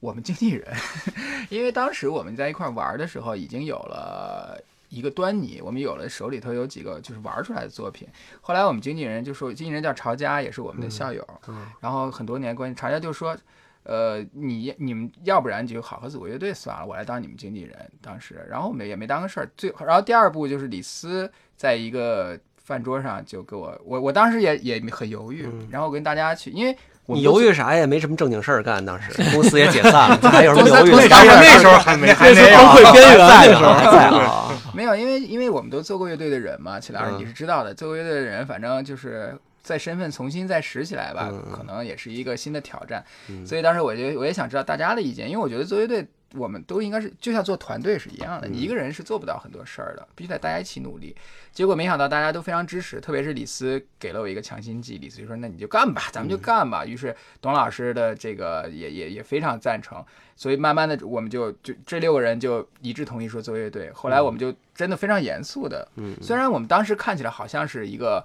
Speaker 2: 我们经纪人， 因为当时我们在一块儿玩儿的时候，已经有了一个端倪，我们有了手里头有几个就是玩儿出来的作品。后来我们经纪人就说，经纪人叫曹佳，也是我们的校友，然后很多年关系，曹佳就说。呃，你你们要不然就好好组个乐队算了，我来当你们经纪人。当时，然后我们也没当个事儿。最，然后第二步就是李斯在一个饭桌上就给我，我我当时也也很犹豫，然后我跟大家去，因为我们
Speaker 1: 你
Speaker 2: 都
Speaker 1: 犹豫啥呀？没什么正经事儿干， 当时公司也解散了，还有什么犹豫
Speaker 2: 公
Speaker 1: 的？
Speaker 2: 司
Speaker 4: 当
Speaker 2: 当
Speaker 4: 时
Speaker 2: 时
Speaker 4: 那时候还没，还没有
Speaker 1: 崩溃边缘
Speaker 3: 那
Speaker 1: 啊在
Speaker 3: 时候
Speaker 1: 呢，还在 啊。
Speaker 2: 没有，因为因为我们都做过乐队的人嘛，齐老师
Speaker 1: 嗯
Speaker 2: 你是知道的，做过乐队的人，反正就是在身份重新再拾起来吧，可能也是一个新的挑战。所以当时我觉得我也想知道大家的意见，因为我觉得做乐队我们都应该是就像做团队是一样的，你一个人是做不到很多事儿的，必须得大家一起努力。结果没想到大家都非常支持，特别是李斯给了我一个强心剂，李斯就说那你就干吧，咱们就干吧。于是董老师的这个也也也非常赞成，所以慢慢的我们就就这六个人就一致同意说做乐队。后来我们就真的非常严肃的，虽然我们当时看起来好像是一个。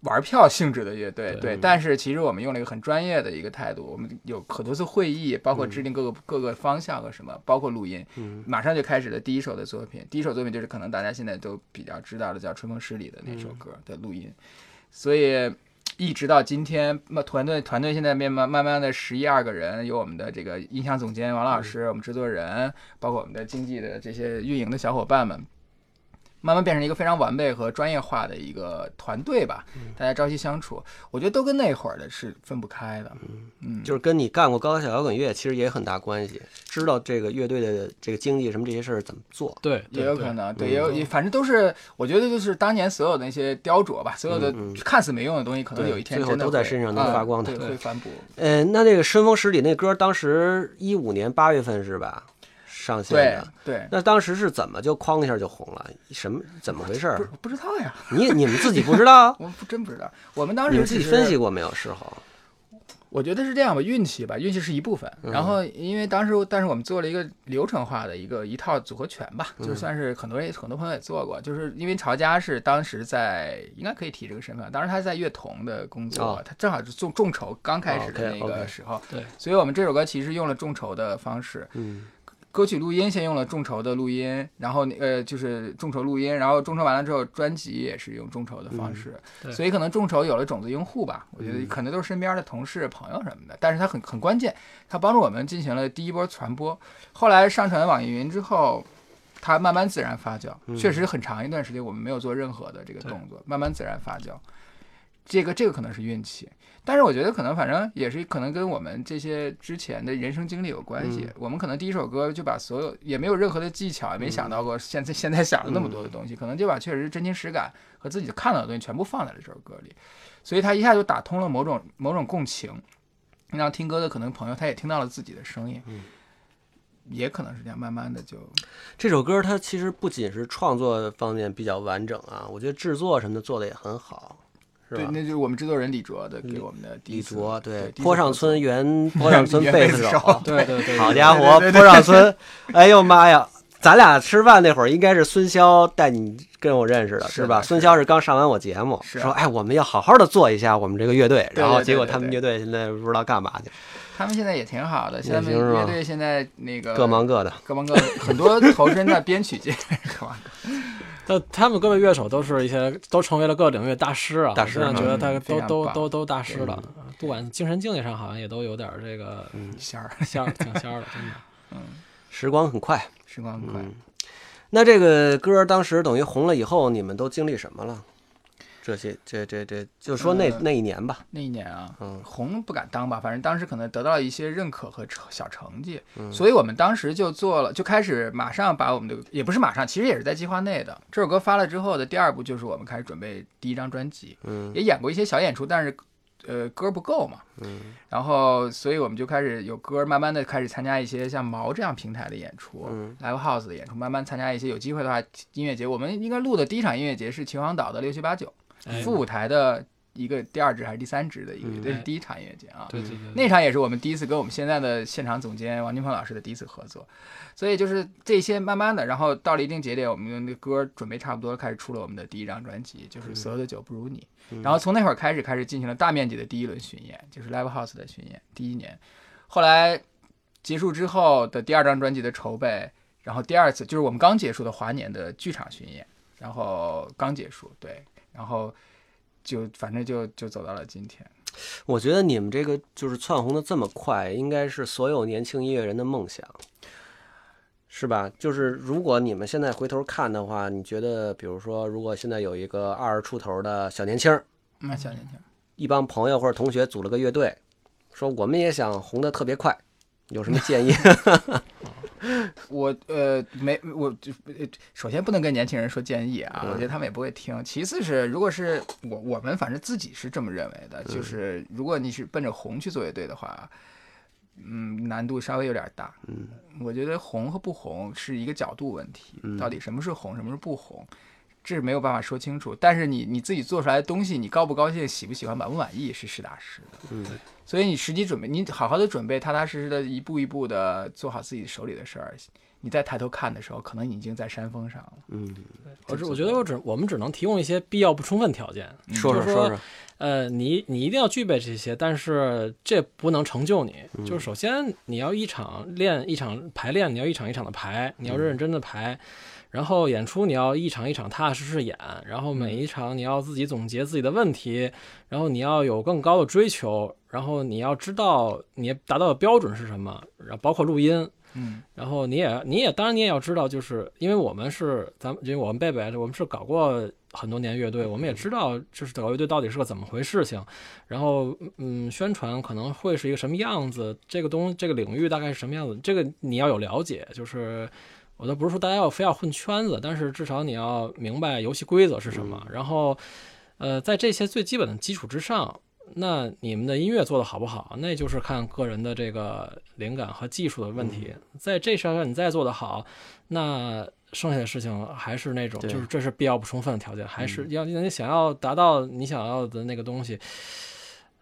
Speaker 2: 玩票性质的乐队，对，但是其实我们用了一个很专业的一个态度，我们有很多次会议，包括制定各个、各个方向和什么，包括录音，马上就开始了第一首的作品，第一首作品就是可能大家现在都比较知道的叫《春风十里》的那首歌的录音，所以一直到今天，那团队团队现在慢慢慢慢的十一二个人，有我们的这个音响总监王老师，我们制作人，包括我们的经济的这些运营的小伙伴们，慢慢变成一个非常完备和专业化的一个团队吧，大家朝夕相处，我觉得都跟那会儿的是分不开的。嗯，
Speaker 1: 就是跟你干过高校摇滚乐，其实也有很大关系，知道这个乐队的这个经济什么这些事儿怎么做。
Speaker 3: 对，
Speaker 2: 也有可能，对，
Speaker 1: 嗯
Speaker 2: 也有，也反正都是，我觉得就是当年所有的那些雕琢吧，所有的
Speaker 1: 嗯嗯
Speaker 2: 看似没用的东西，可能
Speaker 1: 对
Speaker 2: 有一天
Speaker 1: 最后
Speaker 2: 真的
Speaker 1: 都在
Speaker 2: 会
Speaker 1: 身上能
Speaker 2: 啊
Speaker 1: 发光的
Speaker 2: 对，
Speaker 3: 对
Speaker 2: 会反哺。
Speaker 1: 呃，那这个《春风十里》那歌，当时一五年八月份是吧？上线
Speaker 2: 对
Speaker 1: 的。
Speaker 2: 对，
Speaker 1: 那当时是怎么就哐一下就红了？什么怎么回事
Speaker 2: 不
Speaker 1: 儿？
Speaker 2: 不知道呀，？
Speaker 1: 你你们自己不知道
Speaker 2: 我不真不知道。我们 当
Speaker 1: 你
Speaker 2: 时
Speaker 1: 们自己
Speaker 2: 其实
Speaker 1: 分析过没有？事后
Speaker 2: 我觉得是这样吧，运气吧，运气是一部分。然后
Speaker 1: 嗯
Speaker 2: 因为当时，但是我们做了一个流程化的一个一套组合拳吧，就
Speaker 1: 嗯
Speaker 2: 算是很多人很多朋友也做过，就是因为曹佳是当时在应该可以提这个身份，当时他在乐童的工作
Speaker 1: 哦，
Speaker 2: 他正好是众众筹刚开始的那
Speaker 1: 哦
Speaker 2: 个
Speaker 1: ，OK，OK
Speaker 2: 时候，
Speaker 3: 对，
Speaker 2: 所以我们这首歌其实用了众筹的方式，
Speaker 1: 嗯，
Speaker 2: 歌曲录音先用了众筹的录音，然后那呃就是众筹录音，然后众筹完了之后，专辑也是用众筹的方式，
Speaker 3: 对
Speaker 2: 所以可能众筹有了种子用户吧，我觉得可能都是身边的同事、朋友什么的，但是它很很关键，它帮助我们进行了第一波传播，后来上传网易云之后。它慢慢自然发酵，确实很长一段时间我们没有做任何的这个动作，慢慢自然发酵。这个这个可能是运气，但是我觉得可能反正也是可能跟我们这些之前的人生经历有关
Speaker 1: 嗯
Speaker 2: 系。我们可能第一首歌就把所有也没有任何的技巧，也没
Speaker 1: 嗯
Speaker 2: 想到过现在现在想了那么多的东西，可能就把确实真情实感和自己看到的东西全部放在了这首歌里，所以他一下就打通了某种某种共情，让听歌的可能朋友他也听到了自己的声音。
Speaker 1: 嗯
Speaker 2: 也可能是这样，慢慢的就
Speaker 1: 这首歌它其实不仅是创作方面比较完整啊，我觉得制作什么的做的也很好，是
Speaker 2: 对
Speaker 1: 吧，？
Speaker 2: 那就是我们制作人李卓的给我们的第一
Speaker 1: 李
Speaker 2: 次
Speaker 1: 卓
Speaker 2: 对，第一次
Speaker 1: 坡上
Speaker 2: 合作
Speaker 1: 村原坡上村
Speaker 2: 原
Speaker 1: 贝
Speaker 2: 贝
Speaker 1: 斯
Speaker 2: 斯
Speaker 1: 手
Speaker 2: 手，
Speaker 3: 对对对，
Speaker 1: 好
Speaker 3: 对
Speaker 1: 家伙，
Speaker 2: 对对对
Speaker 1: 坡上村， 哎呦妈呀！咱俩吃饭那会儿，应该是孙骁带你跟我认识的，
Speaker 2: 是
Speaker 1: 吧？
Speaker 2: 的
Speaker 1: 孙骁是刚上完我节目，
Speaker 2: 是啊
Speaker 1: 说哎，我们要好好的做一下我们这个乐队，
Speaker 2: 对
Speaker 1: 然后
Speaker 2: 对
Speaker 1: 结果
Speaker 2: 对
Speaker 1: 他们
Speaker 2: 对
Speaker 1: 乐队现在不知道干嘛去，
Speaker 2: 他们现在也挺好的，
Speaker 1: 也
Speaker 2: 他们
Speaker 1: 行是吧
Speaker 2: 乐队现在那个
Speaker 1: 各忙各的。
Speaker 2: 各 忙各的，很多投身在编 曲界，各忙各
Speaker 3: 但他们各位乐手都是一些都成为了各领域大师啊，
Speaker 1: 大师
Speaker 3: 我真的觉得他
Speaker 2: 嗯非
Speaker 3: 都
Speaker 2: 常
Speaker 3: 都
Speaker 2: 棒
Speaker 3: 都都大师了，不管精神境界上好像也都有点儿这个
Speaker 2: 的仙儿，
Speaker 3: 仙儿，挺仙儿的，真的。
Speaker 1: 时光很快，
Speaker 2: 时光很快。
Speaker 1: 嗯那这个歌当时等于红了以后，你们都经历什么了？这些这这这，就说那、
Speaker 2: 嗯
Speaker 1: 那一年吧，
Speaker 2: 那一年啊，
Speaker 1: 嗯
Speaker 2: 红不敢当吧，反正当时可能得到了一些认可和成小成绩，
Speaker 1: 嗯
Speaker 2: 所以我们当时就做了，就开始马上把我们的也不是马上，其实也是在计划内的。这首歌发了之后的第二步就是我们开始准备第一张专辑，
Speaker 1: 嗯
Speaker 2: 也演过一些小演出，但是呃歌不够嘛，嗯，然后所以我们就开始有歌，慢慢的开始参加一些像毛这样平台的演出、
Speaker 1: 嗯
Speaker 2: l i v e house 的演出，慢慢参加一些有机会的话音乐节。我们应该录的第一场音乐节是秦皇岛的六七八九。
Speaker 3: 哎
Speaker 2: 副舞台的一个第二支还是第三支的一个，
Speaker 1: 嗯
Speaker 2: 这是第一场音乐节啊。
Speaker 3: 对对对，
Speaker 2: 那场也是我们第一次跟我们现在的现场总监王金鹏老师的第一次合作，所以就是这些慢慢的，然后到了一定节点，我们的歌准备差不多了，开始出了我们的第一张专辑，就是《所有的酒不如你》。
Speaker 1: 嗯
Speaker 2: 然后从那会儿开始，开始进行了大面积的第一轮巡演，就是 Live House 的巡演。第一年，后来结束之后的第二张专辑的筹备，然后第二次就是我们刚结束的华年的剧场巡演，然后刚结束，对，然后就反正就就走到了今天。
Speaker 1: 我觉得你们这个就是窜红的这么快，应该是所有年轻音乐人的梦想，是吧？就是如果你们现在回头看的话，你觉得，比如说，如果现在有一个二十出头的小年轻儿，
Speaker 2: 那小年轻，
Speaker 1: 一帮朋友或者同学组了个乐队，说我们也想红的特别快，有什么建议？
Speaker 2: 我呃没我就呃首先不能跟年轻人说建议啊，我觉得他们也不会听。其次是如果是我我们反正自己是这么认为的，就是如果你是奔着红去做乐队的话，嗯，难度稍微有点大。
Speaker 1: 嗯，
Speaker 2: 我觉得红和不红是一个角度问题，
Speaker 1: 嗯
Speaker 2: 到底什么是红，什么是不红，这是没有办法说清楚。但是你你自己做出来的东西，你高不高兴，喜不喜欢，满不满意，是实打实的。
Speaker 1: 嗯，
Speaker 2: 所以你实际准备，你好好的准备，踏踏实实的，一步一步的做好自己手里的事儿。你再抬头看的时候，可能你已经在山峰上了。
Speaker 1: 嗯，
Speaker 3: 我只我觉得我只我们只能提供一些必要不充分条件。
Speaker 1: 嗯说说
Speaker 3: 就是
Speaker 1: 说
Speaker 3: 说
Speaker 1: 说，
Speaker 3: 呃，你你一定要具备这些，但是这不能成就你。就是首先你要一场练一场排练，你要一场一场的排，你要认认真的排。然后演出你要一场一场踏踏实实演，然后每一场你要自己总结自己的问题，然后你要有更高的追求，然后你要知道你达到的标准是什么，然后包括录音，
Speaker 2: 嗯
Speaker 3: 然后你也你也当然你也要知道，就是因为我们是咱们，因为我们贝贝我们是搞过很多年乐队，我们也知道就是搞乐队到底是个怎么回事情，然后嗯，宣传可能会是一个什么样子，这个东这个领域大概是什么样子，这个你要有了解，就是。我倒不是说大家要非要混圈子，但是至少你要明白游戏规则是什么。然后，呃，在这些最基本的基础之上，那你们的音乐做得好不好，那就是看个人的这个灵感和技术的问题。在这上面你再做得好，那剩下的事情还是那种，
Speaker 1: 对
Speaker 3: 就是这是必要不充分的条件，还是要你想要达到你想要的那个东西。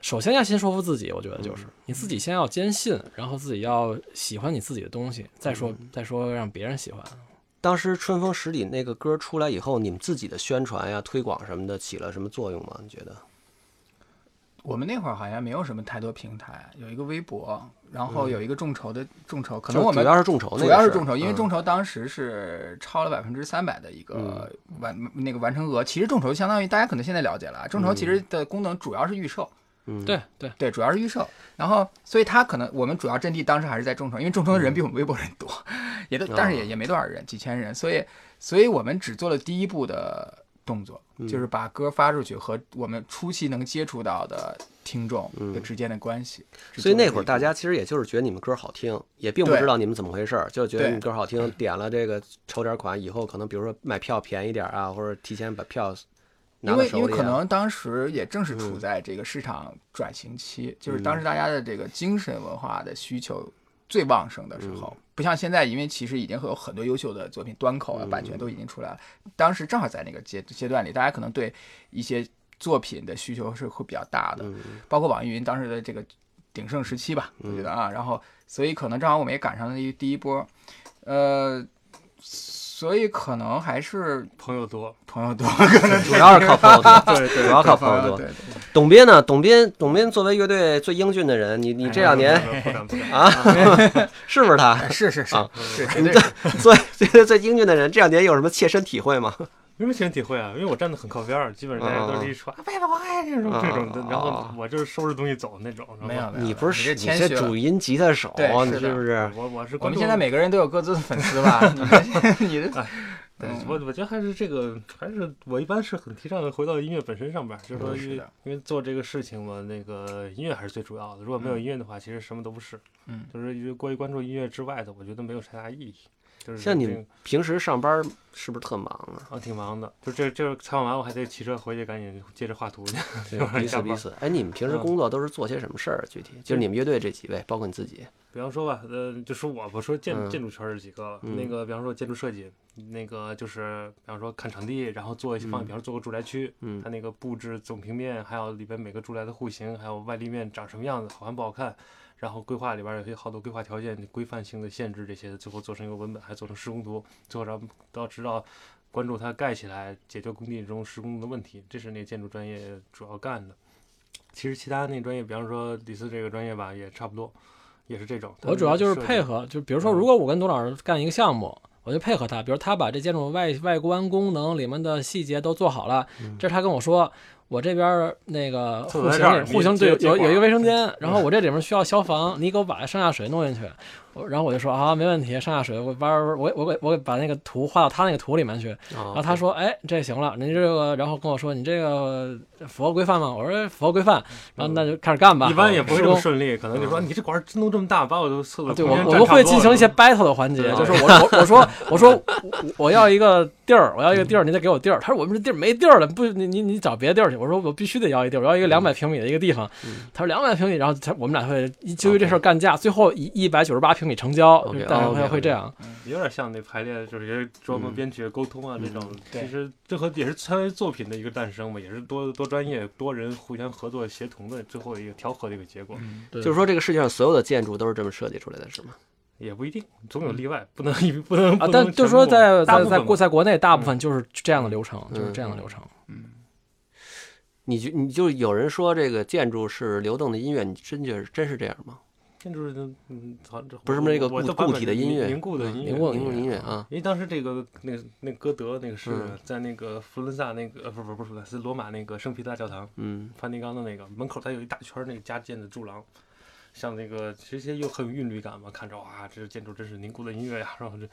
Speaker 3: 首先要先说服自己，我觉得就是你自己先要坚信，然后自己要喜欢你自己的东西，再说再说让别人喜欢。
Speaker 1: 当时《春风十里》那个歌出来以后，你们自己的宣传呀、推广什么的起了什么作用吗？你觉得？
Speaker 2: 我们那会儿好像没有什么太多平台，有一个微博，然后有一个众筹的众筹，可能
Speaker 1: 嗯
Speaker 2: 我
Speaker 1: 就
Speaker 2: 们
Speaker 1: 主要是众筹那个事儿，
Speaker 2: 主要是众筹，因为
Speaker 1: 嗯
Speaker 2: 众筹当时是超了百分之三百的一个
Speaker 1: 嗯
Speaker 2: 完、那个完成额。其实众筹相当于大家可能现在了解了，众
Speaker 1: 嗯
Speaker 2: 筹其实的功能主要是预售，
Speaker 3: 对对，
Speaker 2: 对，主要是预售。然后，所以它可能我们主要阵地当时还是在众筹，因为众筹的
Speaker 1: 嗯
Speaker 2: 人比我们微博人多，也
Speaker 1: 哦
Speaker 2: 都但是也也没多少人，几千人，所以所以我们只做了第一步的动作，
Speaker 1: 嗯
Speaker 2: 就是把歌发出去和我们初期能接触到的听众的之间的关系。只
Speaker 1: 嗯所以
Speaker 2: 做了
Speaker 1: 那会儿
Speaker 2: 这一
Speaker 1: 大
Speaker 2: 步
Speaker 1: 家其实也就是觉得你们歌好听，也并不
Speaker 2: 对
Speaker 1: 知道你们怎么回事儿，就觉得
Speaker 2: 对
Speaker 1: 你们歌好听，点了这个筹点款，以后可能比如说买票便宜点儿啊，或者提前把票拿
Speaker 2: 因
Speaker 1: 到
Speaker 2: 为
Speaker 1: 手
Speaker 2: 因
Speaker 1: 里、嗯啊。
Speaker 2: 为可能当时也正是处在这个市场转型期，就是
Speaker 1: 嗯
Speaker 2: 当时大家的这个精神文化的需求最旺盛的时
Speaker 1: 嗯
Speaker 2: 候，不像现在，因为其实已经会有很多优秀的作品，端口啊、版
Speaker 1: 嗯
Speaker 2: 权都已经出来了。当时正好在那个阶阶段里，大家可能对一些作品的需求是会比较大的，
Speaker 1: 嗯
Speaker 2: 包括网易云当时的这个鼎盛时期吧，我觉得
Speaker 1: 嗯
Speaker 2: 啊，然后所以可能正好我们也赶上了一第一波，呃。所以可能还是
Speaker 4: 朋友多，
Speaker 2: 朋友多，可能
Speaker 1: 主要 是靠朋友多，
Speaker 4: 对对哎
Speaker 1: 主要靠朋友
Speaker 2: 友
Speaker 1: 多
Speaker 2: 对。
Speaker 1: 董斌呢？董斌，董斌作为乐队最英俊的人，你
Speaker 2: 哎
Speaker 1: 你这两年、啊
Speaker 4: 不敢 不敢，
Speaker 1: 是不是他？
Speaker 2: 是是是
Speaker 1: 啊
Speaker 2: 是，绝对是
Speaker 1: 作为最最最英俊的人，这两年有什么切身体会吗？
Speaker 4: 没什么亲身体会啊，因为我站的很靠边儿，基本上大家
Speaker 1: 嗯
Speaker 4: 都是一说啊，拜拜拜这种这种的，然后我就是收拾东西走那种，然后
Speaker 2: 没有没有，
Speaker 1: 你不是
Speaker 2: 你这
Speaker 1: 你这
Speaker 2: 谦虚了
Speaker 1: 主音吉他手，
Speaker 2: 对是
Speaker 1: 你
Speaker 2: 的
Speaker 1: 是不是？
Speaker 4: 我我是
Speaker 2: 我
Speaker 4: 关
Speaker 2: 们
Speaker 4: 注
Speaker 2: 现在每个人都有各自的粉丝吧？你这你的
Speaker 4: 对，
Speaker 2: 嗯
Speaker 4: 我我觉得还是这个，还是我一般是很提倡回到音乐本身上边儿，就是说
Speaker 2: 嗯
Speaker 4: 因
Speaker 2: 是
Speaker 4: 为
Speaker 2: 的
Speaker 4: 因为做这个事情嘛，那个音乐还是最主要的。如果没有音乐的话，其实什么都不是。
Speaker 2: 嗯
Speaker 4: 就是因为过于关注音乐之外的，我觉得没有太大意义。就是
Speaker 1: 像你
Speaker 4: 这个
Speaker 1: 平时上班是不是特忙啊？
Speaker 4: 啊，挺忙的。就这这采访完，我还得骑车回去，赶紧接着画图去。
Speaker 1: 彼此彼此。哎，你们平时工作都是做些什么事儿啊？具体就是你们乐队这几位，包括你自己。
Speaker 4: 比方说吧，呃，就说我吧，说建、
Speaker 1: 嗯
Speaker 4: 建筑圈儿这几个了，
Speaker 1: 嗯
Speaker 4: 那个比方说建筑设计，那个就是比方说看场地，然后做一些方案，比方说做个住宅区，
Speaker 1: 嗯
Speaker 4: 它那个布置总平面，还有里边每个住宅的户型，还有外立面长什么样子，好看不好看，然后规划里边有些好多规划条件、规范性的限制这些，最后做成一个文本，还做成施工图，最后让到直到关注它盖起来，解决工地中施工的问题，这是那建筑专业主要干的。其实其他那专业，比方说李斯这个专业吧，也差不多，也是这种。
Speaker 3: 我主要就是
Speaker 4: 设计啊
Speaker 3: 配合，就比如说，如果我跟董老师干一个项目，我就配合他，比如他把这建筑外外观功能里面的细节都做好了，这是他跟我说。我这边儿那个
Speaker 4: 嗯厕
Speaker 3: 户
Speaker 4: 所在这
Speaker 3: 型
Speaker 4: 儿
Speaker 3: 里，户型
Speaker 4: 你
Speaker 3: 对
Speaker 4: 接接
Speaker 3: 有
Speaker 4: 管嗯
Speaker 3: 有一个卫生间，然后我这里面需要消防，你给我把上下水弄进去，我然后我就说啊没问题，上下水我把我我给我给把那个图画到他那个图里面去，然
Speaker 1: 啊
Speaker 3: 后他说：“哎，这行了，您这个。”然后跟我说：“你这个符合规范吗？”我说：“哎符合规范。”然后那就开始干吧。
Speaker 4: 一般也不
Speaker 3: 施
Speaker 4: 是这
Speaker 3: 工啊
Speaker 4: 么顺利，可能就说你这管儿真弄这么大，把我都厕所
Speaker 3: 对我
Speaker 4: 空间
Speaker 3: 我
Speaker 4: 占
Speaker 3: 们会
Speaker 4: 差不多
Speaker 3: 进行一些
Speaker 4: 了
Speaker 3: battle 的环节，
Speaker 4: 对啊
Speaker 3: 就是我我我说我说我我要一个地儿，我要一个地儿，你得给我地儿。他说：“我们这地儿没地儿了，不，你你你找别的地儿去。”去。我说我必须得要一地儿，我要一个两百平米的一个地方。
Speaker 4: 嗯
Speaker 3: 他说两百平米，然后他我们俩会一就于这事儿干架，最后一一百九十八平米成交，
Speaker 1: OK，
Speaker 3: 就大
Speaker 4: 哦
Speaker 3: 概会
Speaker 1: OK，OK
Speaker 3: 会这样。
Speaker 4: 有点像那排列，就是也是专
Speaker 1: 嗯
Speaker 4: 门编曲、沟通啊这种。
Speaker 2: 对
Speaker 4: 其实这和也是参与作品的一个诞生嘛，也是多多专业、多人互相合作、协同的最后一个调和的一个结果，
Speaker 1: 嗯
Speaker 2: 嗯
Speaker 3: 对
Speaker 1: 就是说这个世界上所有的建筑都是这么设计出来的，是吗？
Speaker 4: 也不一定，
Speaker 1: 嗯
Speaker 4: 总有例外，不能一不能
Speaker 3: 啊
Speaker 4: 不，能
Speaker 3: 但就是说
Speaker 4: 全
Speaker 3: 在
Speaker 4: 部大
Speaker 3: 在
Speaker 4: 部
Speaker 3: 在
Speaker 4: 分嗯吧
Speaker 3: 国在国内，大部分就是这样的流程，就是
Speaker 1: 嗯
Speaker 3: 这样的流程。
Speaker 1: 你就你就有人说这个建筑是流动的音乐，你真觉得真是这样吗？
Speaker 4: 建筑人嗯，好像这
Speaker 1: 不是那个
Speaker 4: 我
Speaker 1: 固
Speaker 4: 的版
Speaker 1: 固
Speaker 4: 本
Speaker 1: 体的
Speaker 4: 是
Speaker 1: 音
Speaker 4: 凝
Speaker 1: 乐嗯
Speaker 4: 凝固的音
Speaker 1: 凝
Speaker 4: 乐。
Speaker 3: 固的
Speaker 1: 凝固音
Speaker 3: 音
Speaker 1: 乐
Speaker 3: 乐
Speaker 1: 啊，
Speaker 4: 因为当时这个那个那个歌德那个是
Speaker 1: 嗯
Speaker 4: 在那个佛罗伦萨那个呃不是不是佛罗伦萨是罗马那个圣彼得大教堂
Speaker 1: 嗯
Speaker 4: 梵蒂冈的那个门口，它有一大圈儿那个加建的柱廊，像那个其实又很有韵律感嘛，看着哇，这建筑真是凝固的音乐呀，然后这。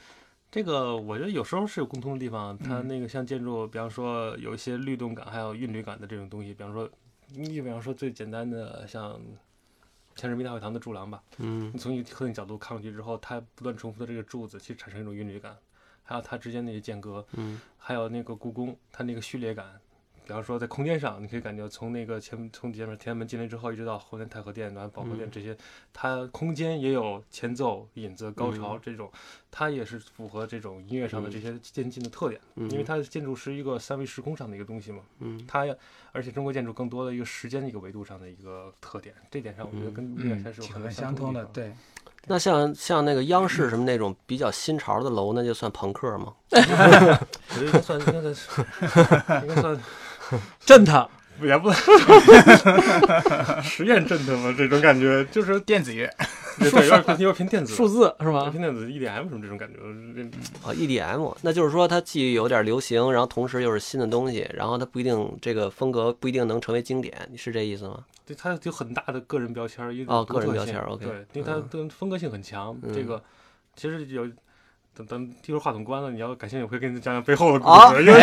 Speaker 4: 这个我觉得有时候是有共通的地方，它
Speaker 2: 嗯
Speaker 4: 那个像建筑，比方说有一些律动感，还有韵律感的这种东西，比方说，你比方说最简单的像像人民大会堂的柱廊吧，
Speaker 1: 嗯
Speaker 4: 你从一个特定角度看过去之后，它不断重复的这个柱子，其实产生一种韵律感，还有它之间那些间隔，
Speaker 1: 嗯
Speaker 4: 还有那个故宫它那个序列感。比方说在空间上，你可以感觉从那个前从前面天安门进来之后，一直到后面太和殿、然后保和殿
Speaker 1: 嗯
Speaker 4: 这些，它空间也有前奏、引子、高潮
Speaker 1: 嗯
Speaker 4: 这种，它也是符合这种音乐上的这些渐进的特点，
Speaker 1: 嗯，
Speaker 4: 因为它的建筑是一个三维时空上的一个东西嘛。
Speaker 1: 嗯
Speaker 4: 它而且中国建筑更多的一个时间的一个维度上的一个特点，这点上我觉得跟音乐还
Speaker 2: 嗯，
Speaker 4: 是
Speaker 2: 几
Speaker 4: 有
Speaker 2: 何
Speaker 4: 很
Speaker 2: 相通的，
Speaker 4: 地方
Speaker 2: 对，
Speaker 1: 那像像那个央视什么那种比较新潮的楼，那就算朋克吗？
Speaker 4: 我觉得算应该算应该算
Speaker 3: 震他，
Speaker 4: 也不 实验震的嘛，这种感 觉就是
Speaker 2: 电子乐，
Speaker 4: 对，有点有点偏电子，
Speaker 3: 数字是
Speaker 4: 有点
Speaker 3: 吗？
Speaker 4: 偏电子 EDM 什么这种感觉，
Speaker 1: 啊，EDM，那就是说它既有点流行，然后同时又是新的东西，然后它不一定这个风格不一定能成为经典，你是这意思吗？
Speaker 4: 对它有很大的个人标签儿，一
Speaker 1: 哦
Speaker 4: 种独
Speaker 1: 个
Speaker 4: 特
Speaker 1: 人标
Speaker 4: 性
Speaker 1: 签儿，OK，
Speaker 4: 对，因为它的风格性很强，
Speaker 1: 嗯
Speaker 4: 这个其实有。等等，一会儿话筒关了，你要感兴趣，我会给你讲讲背后的 故
Speaker 1: 啊，
Speaker 4: 事，因为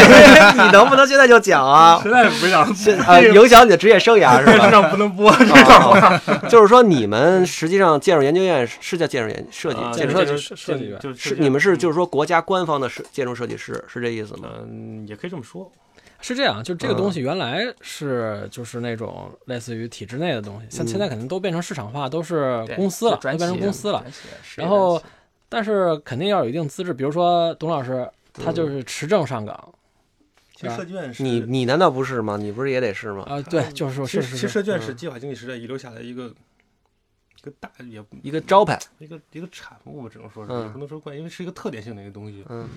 Speaker 1: 你能不能现在就讲啊？
Speaker 4: 实在 不想，
Speaker 1: 这啊，影响你的职业生涯是
Speaker 4: 这
Speaker 1: 吧？
Speaker 4: 上不能播。
Speaker 1: 啊就是说，你们实际上建筑研究院是叫建筑研设计
Speaker 4: 啊
Speaker 1: 建
Speaker 3: 建
Speaker 1: 筑
Speaker 3: 筑
Speaker 1: 设
Speaker 3: 设
Speaker 1: 计，
Speaker 3: 计
Speaker 4: 就
Speaker 3: 设计院
Speaker 4: 是就是
Speaker 1: 你们是
Speaker 4: 嗯
Speaker 1: 就是说国家官方的设建筑设计师是这意思吗？
Speaker 4: 嗯，也可以这么说。
Speaker 3: 是这样，就这个
Speaker 1: 嗯
Speaker 3: 东西原来是就是那种类似于体制内的东西，像
Speaker 1: 嗯
Speaker 3: 现在肯定都变成市场化，都是
Speaker 2: 对
Speaker 3: 公司了，
Speaker 2: 就
Speaker 3: 都
Speaker 2: 转
Speaker 3: 变
Speaker 2: 型
Speaker 3: 成公司了。
Speaker 2: 转型事业
Speaker 3: 然后
Speaker 2: 转型
Speaker 3: 但是肯定要有一定资质，比如说董老
Speaker 4: 嗯
Speaker 3: 师，他就是持证上岗
Speaker 4: 其实设计院是
Speaker 1: 你你难道不是吗？你不是也得是吗？
Speaker 3: 啊，对，就是说，
Speaker 4: 嗯其
Speaker 3: 是
Speaker 4: 实
Speaker 3: 是
Speaker 4: 其实
Speaker 3: 是，
Speaker 4: 设计院是
Speaker 1: 嗯
Speaker 4: 计划经济时代遗留下来一个一个大也不
Speaker 1: 一个招牌，
Speaker 4: 一个一个产物吧，只能说是
Speaker 1: 嗯
Speaker 4: 也不能说怪，因为是一个特点性的一个东西。
Speaker 1: 嗯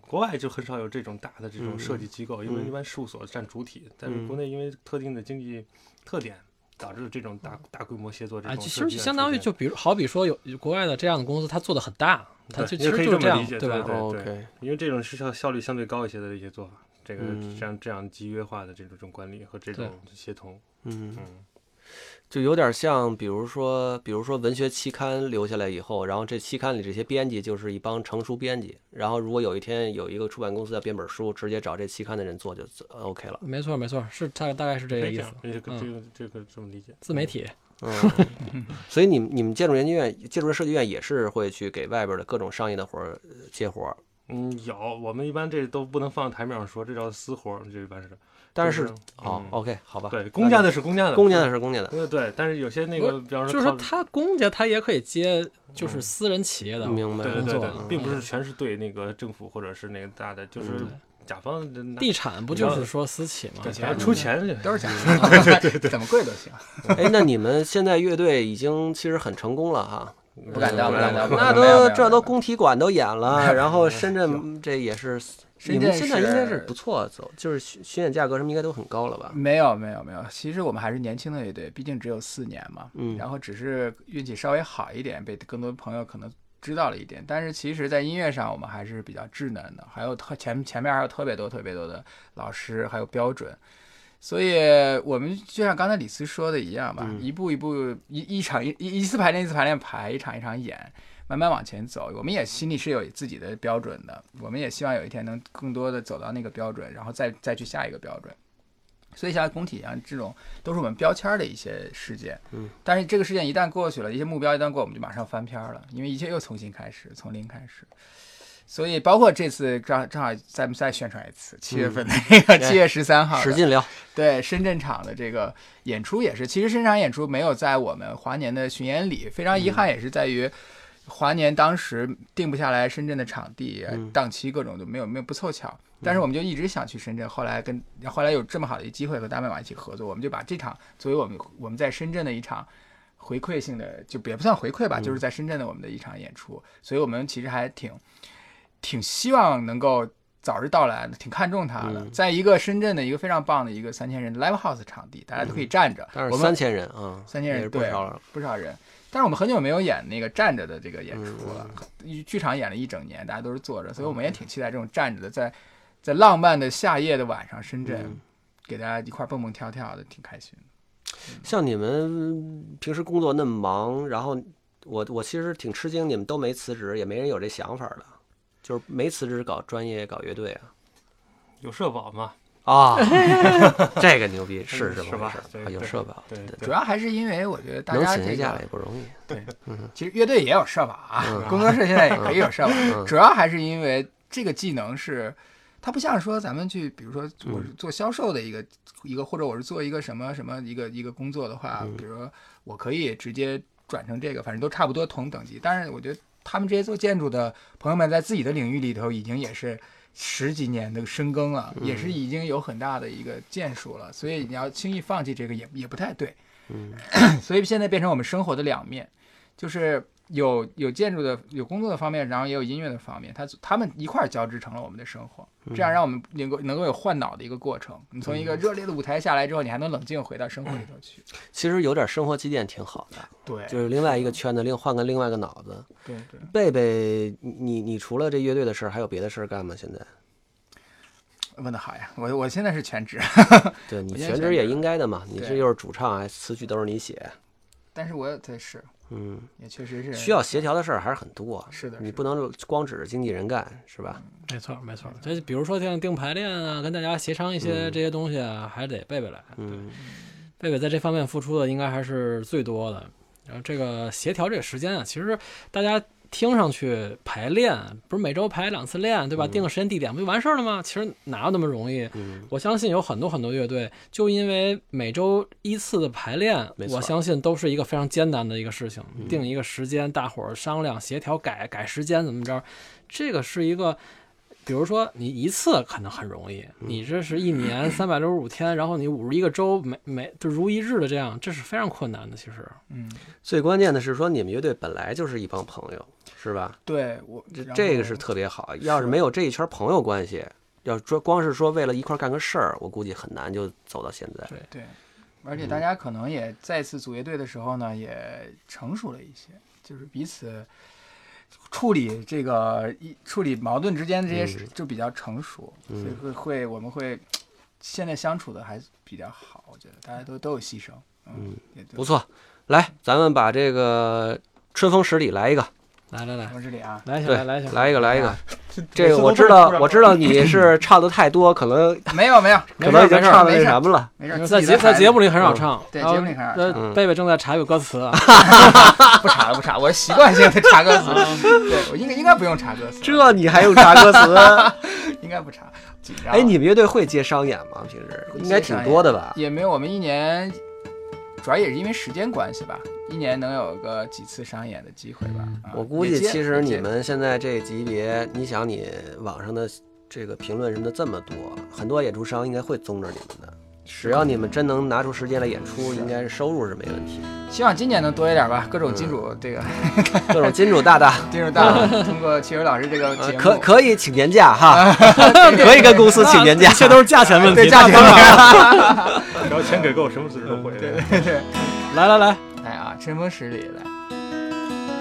Speaker 4: 国外就很少有这种大的这种设计机构，因为
Speaker 1: 嗯
Speaker 4: 一般事务所占主体，但是
Speaker 1: 嗯
Speaker 4: 国内因为特定的经济特点，导致这种大大规模协作这
Speaker 3: 啊，
Speaker 4: 种
Speaker 3: 其
Speaker 4: 设计院出现。
Speaker 3: 实相当于就比如好比说有有国外的这样的公司，他做的很大，他
Speaker 4: 对
Speaker 3: 就
Speaker 4: 也
Speaker 3: 其实
Speaker 4: 可以
Speaker 3: 就是
Speaker 4: 这么
Speaker 3: 样
Speaker 4: 理，解
Speaker 3: 吧？
Speaker 4: 对
Speaker 1: 哦，OK，
Speaker 4: 因为这种是效效率相对高一些的一些做法，这个
Speaker 1: 嗯
Speaker 4: 这样这样集约化的这种这种管理和这种协同，
Speaker 1: 嗯。
Speaker 4: 嗯，
Speaker 1: 就有点像，比如说，比如说文学期刊留下来以后，然后这期刊里这些编辑就是一帮成书编辑，然后如果有一天有一个出版公司要编本书，直接找这期刊的人做就呃 OK 了。
Speaker 3: 没错没错，是大大概是这
Speaker 4: 可
Speaker 3: 个
Speaker 4: 以
Speaker 3: 意
Speaker 4: 这
Speaker 3: 思
Speaker 4: 样，，这个
Speaker 3: 嗯
Speaker 4: 这个这个这么理解。
Speaker 3: 自媒体。
Speaker 1: 嗯， 所以你们你们建筑研究院、建筑设计院也是会去给外边的各种商业的活儿呃接活儿，
Speaker 4: 嗯，有，我们一般这都不能放台面上说，这叫私活儿，这一般是。
Speaker 1: 但
Speaker 4: 就是
Speaker 1: 哦
Speaker 4: 嗯
Speaker 1: OK 好吧，
Speaker 4: 对，公家的是公家的，
Speaker 1: 公家的是公家的，
Speaker 4: 对对，但是有些那
Speaker 3: 不
Speaker 4: 个，比方
Speaker 3: 就是
Speaker 4: 嗯靠
Speaker 3: 说，
Speaker 4: 嗯
Speaker 3: 他公家他也可以接，就是私人企业的，
Speaker 1: 明白
Speaker 4: 对对
Speaker 1: 了？
Speaker 4: 对
Speaker 3: 工作
Speaker 4: 对，
Speaker 3: 嗯
Speaker 4: 并不是全是对那个政府或者是那个大的，就是
Speaker 1: 嗯
Speaker 4: 甲方的那
Speaker 3: 地产不就是说私企吗？
Speaker 4: 只要
Speaker 2: 嗯
Speaker 4: 出钱就
Speaker 2: 都是假的，对对对，怎么贵都行。
Speaker 1: 哎，那你们现在乐队已经其实很成功了哈。嗯
Speaker 4: 不
Speaker 2: 不敢当，不敢当，不
Speaker 1: 那
Speaker 2: 敢当没有没
Speaker 1: 都
Speaker 2: 有
Speaker 1: 这
Speaker 2: 没
Speaker 1: 都
Speaker 2: 有
Speaker 1: 工体馆都演 了，然后深圳这也是，你
Speaker 2: 深
Speaker 1: 们
Speaker 2: 圳
Speaker 1: 现在应该是
Speaker 2: 是嗯
Speaker 1: 不错，走就是巡巡演价格什么应该都很高了吧？
Speaker 2: 没有没有没有，其实我们还是年轻的乐队，毕竟只有四年嘛。
Speaker 1: 嗯
Speaker 2: 然后只是运气稍微好一点，被更多朋友可能知道了一点。但是其实，在音乐上我们还是比较稚嫩的，还有特前前面还有特别多特别多的老师，还有标准。所以我们就像刚才李斯说的一样吧，
Speaker 1: 嗯
Speaker 2: 一步一步一一场一一一次排练一次排练排，一场一场演，慢慢往前走。我们也心里是有自己的标准的，我们也希望有一天能更多的走到那个标准，然后再再去下一个标准。所以像工体一样，这种都是我们标签儿的一些事件。
Speaker 1: 嗯，
Speaker 2: 但是这个事件一旦过去了，一些目标一旦过，我们就马上翻篇儿了，因为一切又重新开始，从零开始。所以包括这次正好正好再再宣传一次，七月份的那个
Speaker 1: 嗯
Speaker 2: 七月十三号的，
Speaker 1: 使劲聊，
Speaker 2: 对深圳场的这个演出也是，其实深圳场演出没有在我们华年的巡演里，非常遗憾，
Speaker 1: 嗯
Speaker 2: 也是在于华年当时定不下来深圳的场地、
Speaker 1: 嗯
Speaker 2: 档期各种都没有没有不凑巧。但是我们就一直想去深圳，后来跟后来有这么好的一机会和大麦网一起合作，我们就把这场作为我们我们在深圳的一场回馈性的，就也不算回馈
Speaker 1: 嗯
Speaker 2: 吧，就是在深圳的我们的一场演出，所以我们其实还挺挺希望能够早日到来的，挺看重它的。
Speaker 1: 嗯
Speaker 2: 在一个深圳的一个非常棒的一个三千人的 live house 场地，大家都可以站着，
Speaker 1: 嗯但
Speaker 2: 我
Speaker 1: 是
Speaker 2: 们
Speaker 1: 三千人啊，
Speaker 2: 三千人
Speaker 1: 也是不
Speaker 2: 对
Speaker 1: 少了。
Speaker 2: 不少人。但是我们很久没有演那个站着的这个演出了，
Speaker 1: 嗯
Speaker 2: 一剧场演了一整年，大家都是坐着，所以我们也挺期待这种站着的，在在浪漫的夏夜的晚上，深圳、
Speaker 1: 嗯
Speaker 2: 给大家一块儿蹦蹦跳跳的，挺开心的。
Speaker 1: 像你们平时工作那么忙，然后我我其实挺吃惊，你们都没辞职，也没人有这想法的，就是没辞职搞专业搞乐队啊。
Speaker 4: 有社保嘛？
Speaker 1: 啊，这个牛逼，是这么
Speaker 4: 是吧
Speaker 1: 回事儿
Speaker 4: 对
Speaker 1: 啊有
Speaker 4: 对
Speaker 1: 社保，
Speaker 4: 对对
Speaker 2: 主要还是因为我觉得大
Speaker 1: 能
Speaker 2: 家
Speaker 1: 请
Speaker 2: 这
Speaker 1: 一假
Speaker 2: 个
Speaker 1: 也不容易。
Speaker 2: 其实乐队也有社保啊，
Speaker 1: 嗯
Speaker 2: 工作室现在也可以有社保，
Speaker 1: 嗯
Speaker 2: 主要还是因为这个技能是，它不像说咱们去，比如说我
Speaker 1: 嗯
Speaker 2: 是做销售的一个、一个，或者我是做一个什么什么一个一个工作的话，
Speaker 1: 嗯
Speaker 2: 比如说我可以直接转成这个，反正都差不多同等级。但是我觉得他们这些做建筑的朋友们在自己的领域里头已经也是。十几年的深耕了，
Speaker 1: 嗯
Speaker 2: 也是已经有很大的一个建树了，所以你要轻易放弃这个也也不太对。嗯， 所以现在变成我们生活的两面，就是有有建筑的、有工作的方面，然后也有音乐的方面，它他们一块儿交织成了我们的生活，这样让我们能够能够有换脑的一个过程。你从一个热烈的舞台下来之后，你还能冷静回到生活里头去。
Speaker 1: 其实有点生活积淀挺好的，
Speaker 2: 嗯对
Speaker 1: 就是另外一个圈子，另换个另外一个脑子。
Speaker 2: 对对，
Speaker 1: 贝贝，你你你除了这乐队的事儿，还有别的事儿干吗？现在？
Speaker 2: 问的好呀！我我现在是全职，
Speaker 1: 对你
Speaker 2: 我现在
Speaker 1: 全
Speaker 2: 全
Speaker 1: 职
Speaker 2: 职
Speaker 1: 也应该的嘛，你
Speaker 2: 对
Speaker 1: 这又是主唱，还哎词曲都是你写，
Speaker 2: 但是我也对是
Speaker 1: 嗯，
Speaker 2: 也确实是
Speaker 1: 需要协调的事儿还是很多。
Speaker 2: 是的
Speaker 1: 你
Speaker 2: 是
Speaker 1: 不能光指着经纪人干，是吧？
Speaker 3: 没错没错。这比如说像定排练啊，跟大家协商一些这些东西啊，还得贝贝来。
Speaker 1: 嗯，
Speaker 3: 贝贝在这方面付出的应该还是最多的。然后这个协调这个时间啊，其实大家听上去排练不是每周排两次练，对吧？定个时间地点不就完事儿了吗？其实哪有那么容易？
Speaker 1: 嗯
Speaker 3: 我相信有很多很多乐队，就因为每周一次的排练
Speaker 1: 没，错嗯
Speaker 3: 我相信都是一个非常艰难的一个事情。定一个时间，大伙儿商量协调改改时间怎么着，这个是一个。比如说，你一次可能很容易，
Speaker 1: 嗯
Speaker 3: 你这是一年三百六十五天，然后你五十一个周，每每就如一日的这样，这是非常困难的。其实，
Speaker 2: 嗯，
Speaker 1: 最关键的是说，你们乐队本来就是一帮朋友，是吧？
Speaker 2: 对我
Speaker 1: 这
Speaker 2: 然后啊
Speaker 1: 这个是特别好。要是没有这一圈朋友关系，要是说光是说为了一块儿干个事儿，我估计很难就走到现在。
Speaker 2: 对，而且大家可能也再次组乐队的时候呢，也成熟了一些，就是彼此处理这个一处理矛盾之间的这些事就比较成熟，所以会会我们会现在相处的还比较好，我觉得大家都都有牺牲，嗯，也
Speaker 1: 不
Speaker 2: 对。
Speaker 1: 错，来，咱们把这个春风十里来一个，
Speaker 3: 来来来
Speaker 2: 我这里啊，
Speaker 3: 来，小
Speaker 1: 对，
Speaker 3: 白来小白，
Speaker 1: 一个，来一个
Speaker 2: 啊。
Speaker 1: 这个我知道，我知道你是唱的太多，可能
Speaker 2: 没有没有，
Speaker 1: 可能已经唱的
Speaker 2: 没
Speaker 1: 那
Speaker 2: 事
Speaker 1: 什么了。
Speaker 2: 没
Speaker 3: 因
Speaker 2: 事，
Speaker 3: 为
Speaker 2: 自
Speaker 3: 在
Speaker 2: 己
Speaker 3: 节
Speaker 2: 的孩
Speaker 3: 在
Speaker 2: 子
Speaker 3: 节目里很少唱，
Speaker 2: 嗯对
Speaker 3: 然后
Speaker 2: 节目里很少
Speaker 3: 呃
Speaker 1: 唱
Speaker 3: 贝贝正在查阅歌词啊，
Speaker 2: 不查不查，我习惯性的查歌词， 对我应该应该不用查歌词，
Speaker 1: 这你还用查歌 词？
Speaker 2: 应该不查。紧张
Speaker 1: 哎，你们乐队会接商演吗？平时 应该挺多的吧？
Speaker 2: 也没有，我们一年主要也是因为时间关系吧，一年能有个几次商演的机会吧。啊
Speaker 1: 嗯我估计
Speaker 2: 也接
Speaker 1: 其实
Speaker 2: 也接
Speaker 1: 你们现在这级别，你想你网上的这个评论什么的这么多，很多演出商应该会宗旨你们的。只要你们真能拿出时间来演出，应该是收入是没问题。
Speaker 2: 希望今年能多一点吧，各种金主这个
Speaker 1: 各种金主大大，
Speaker 2: 金主大佬通过齐友老师这个
Speaker 1: 嗯呃
Speaker 2: 节目，
Speaker 1: 可可以请年假 哈，可以跟公司请年假，这都是价钱问
Speaker 2: 对价钱当
Speaker 4: 只要钱给够，什么损失都会。
Speaker 2: 对对对，
Speaker 3: 来来来，
Speaker 2: 来啊，春风十里来。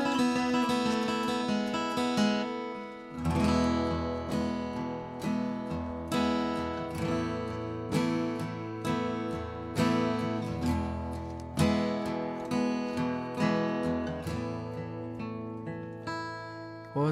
Speaker 2: 我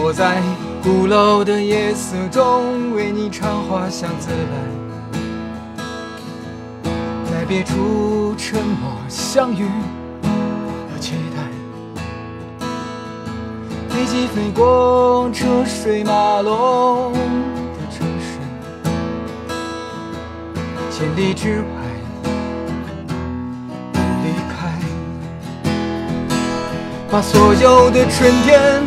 Speaker 2: 我在鼓楼的夜色中为你唱花香自来，在别处沉默相遇和期待。飞机飞过车水马龙的城市，千里之外不离开，把所有的春天。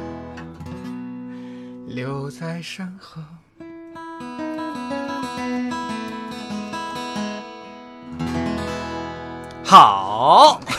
Speaker 2: 留在山河。
Speaker 1: 好，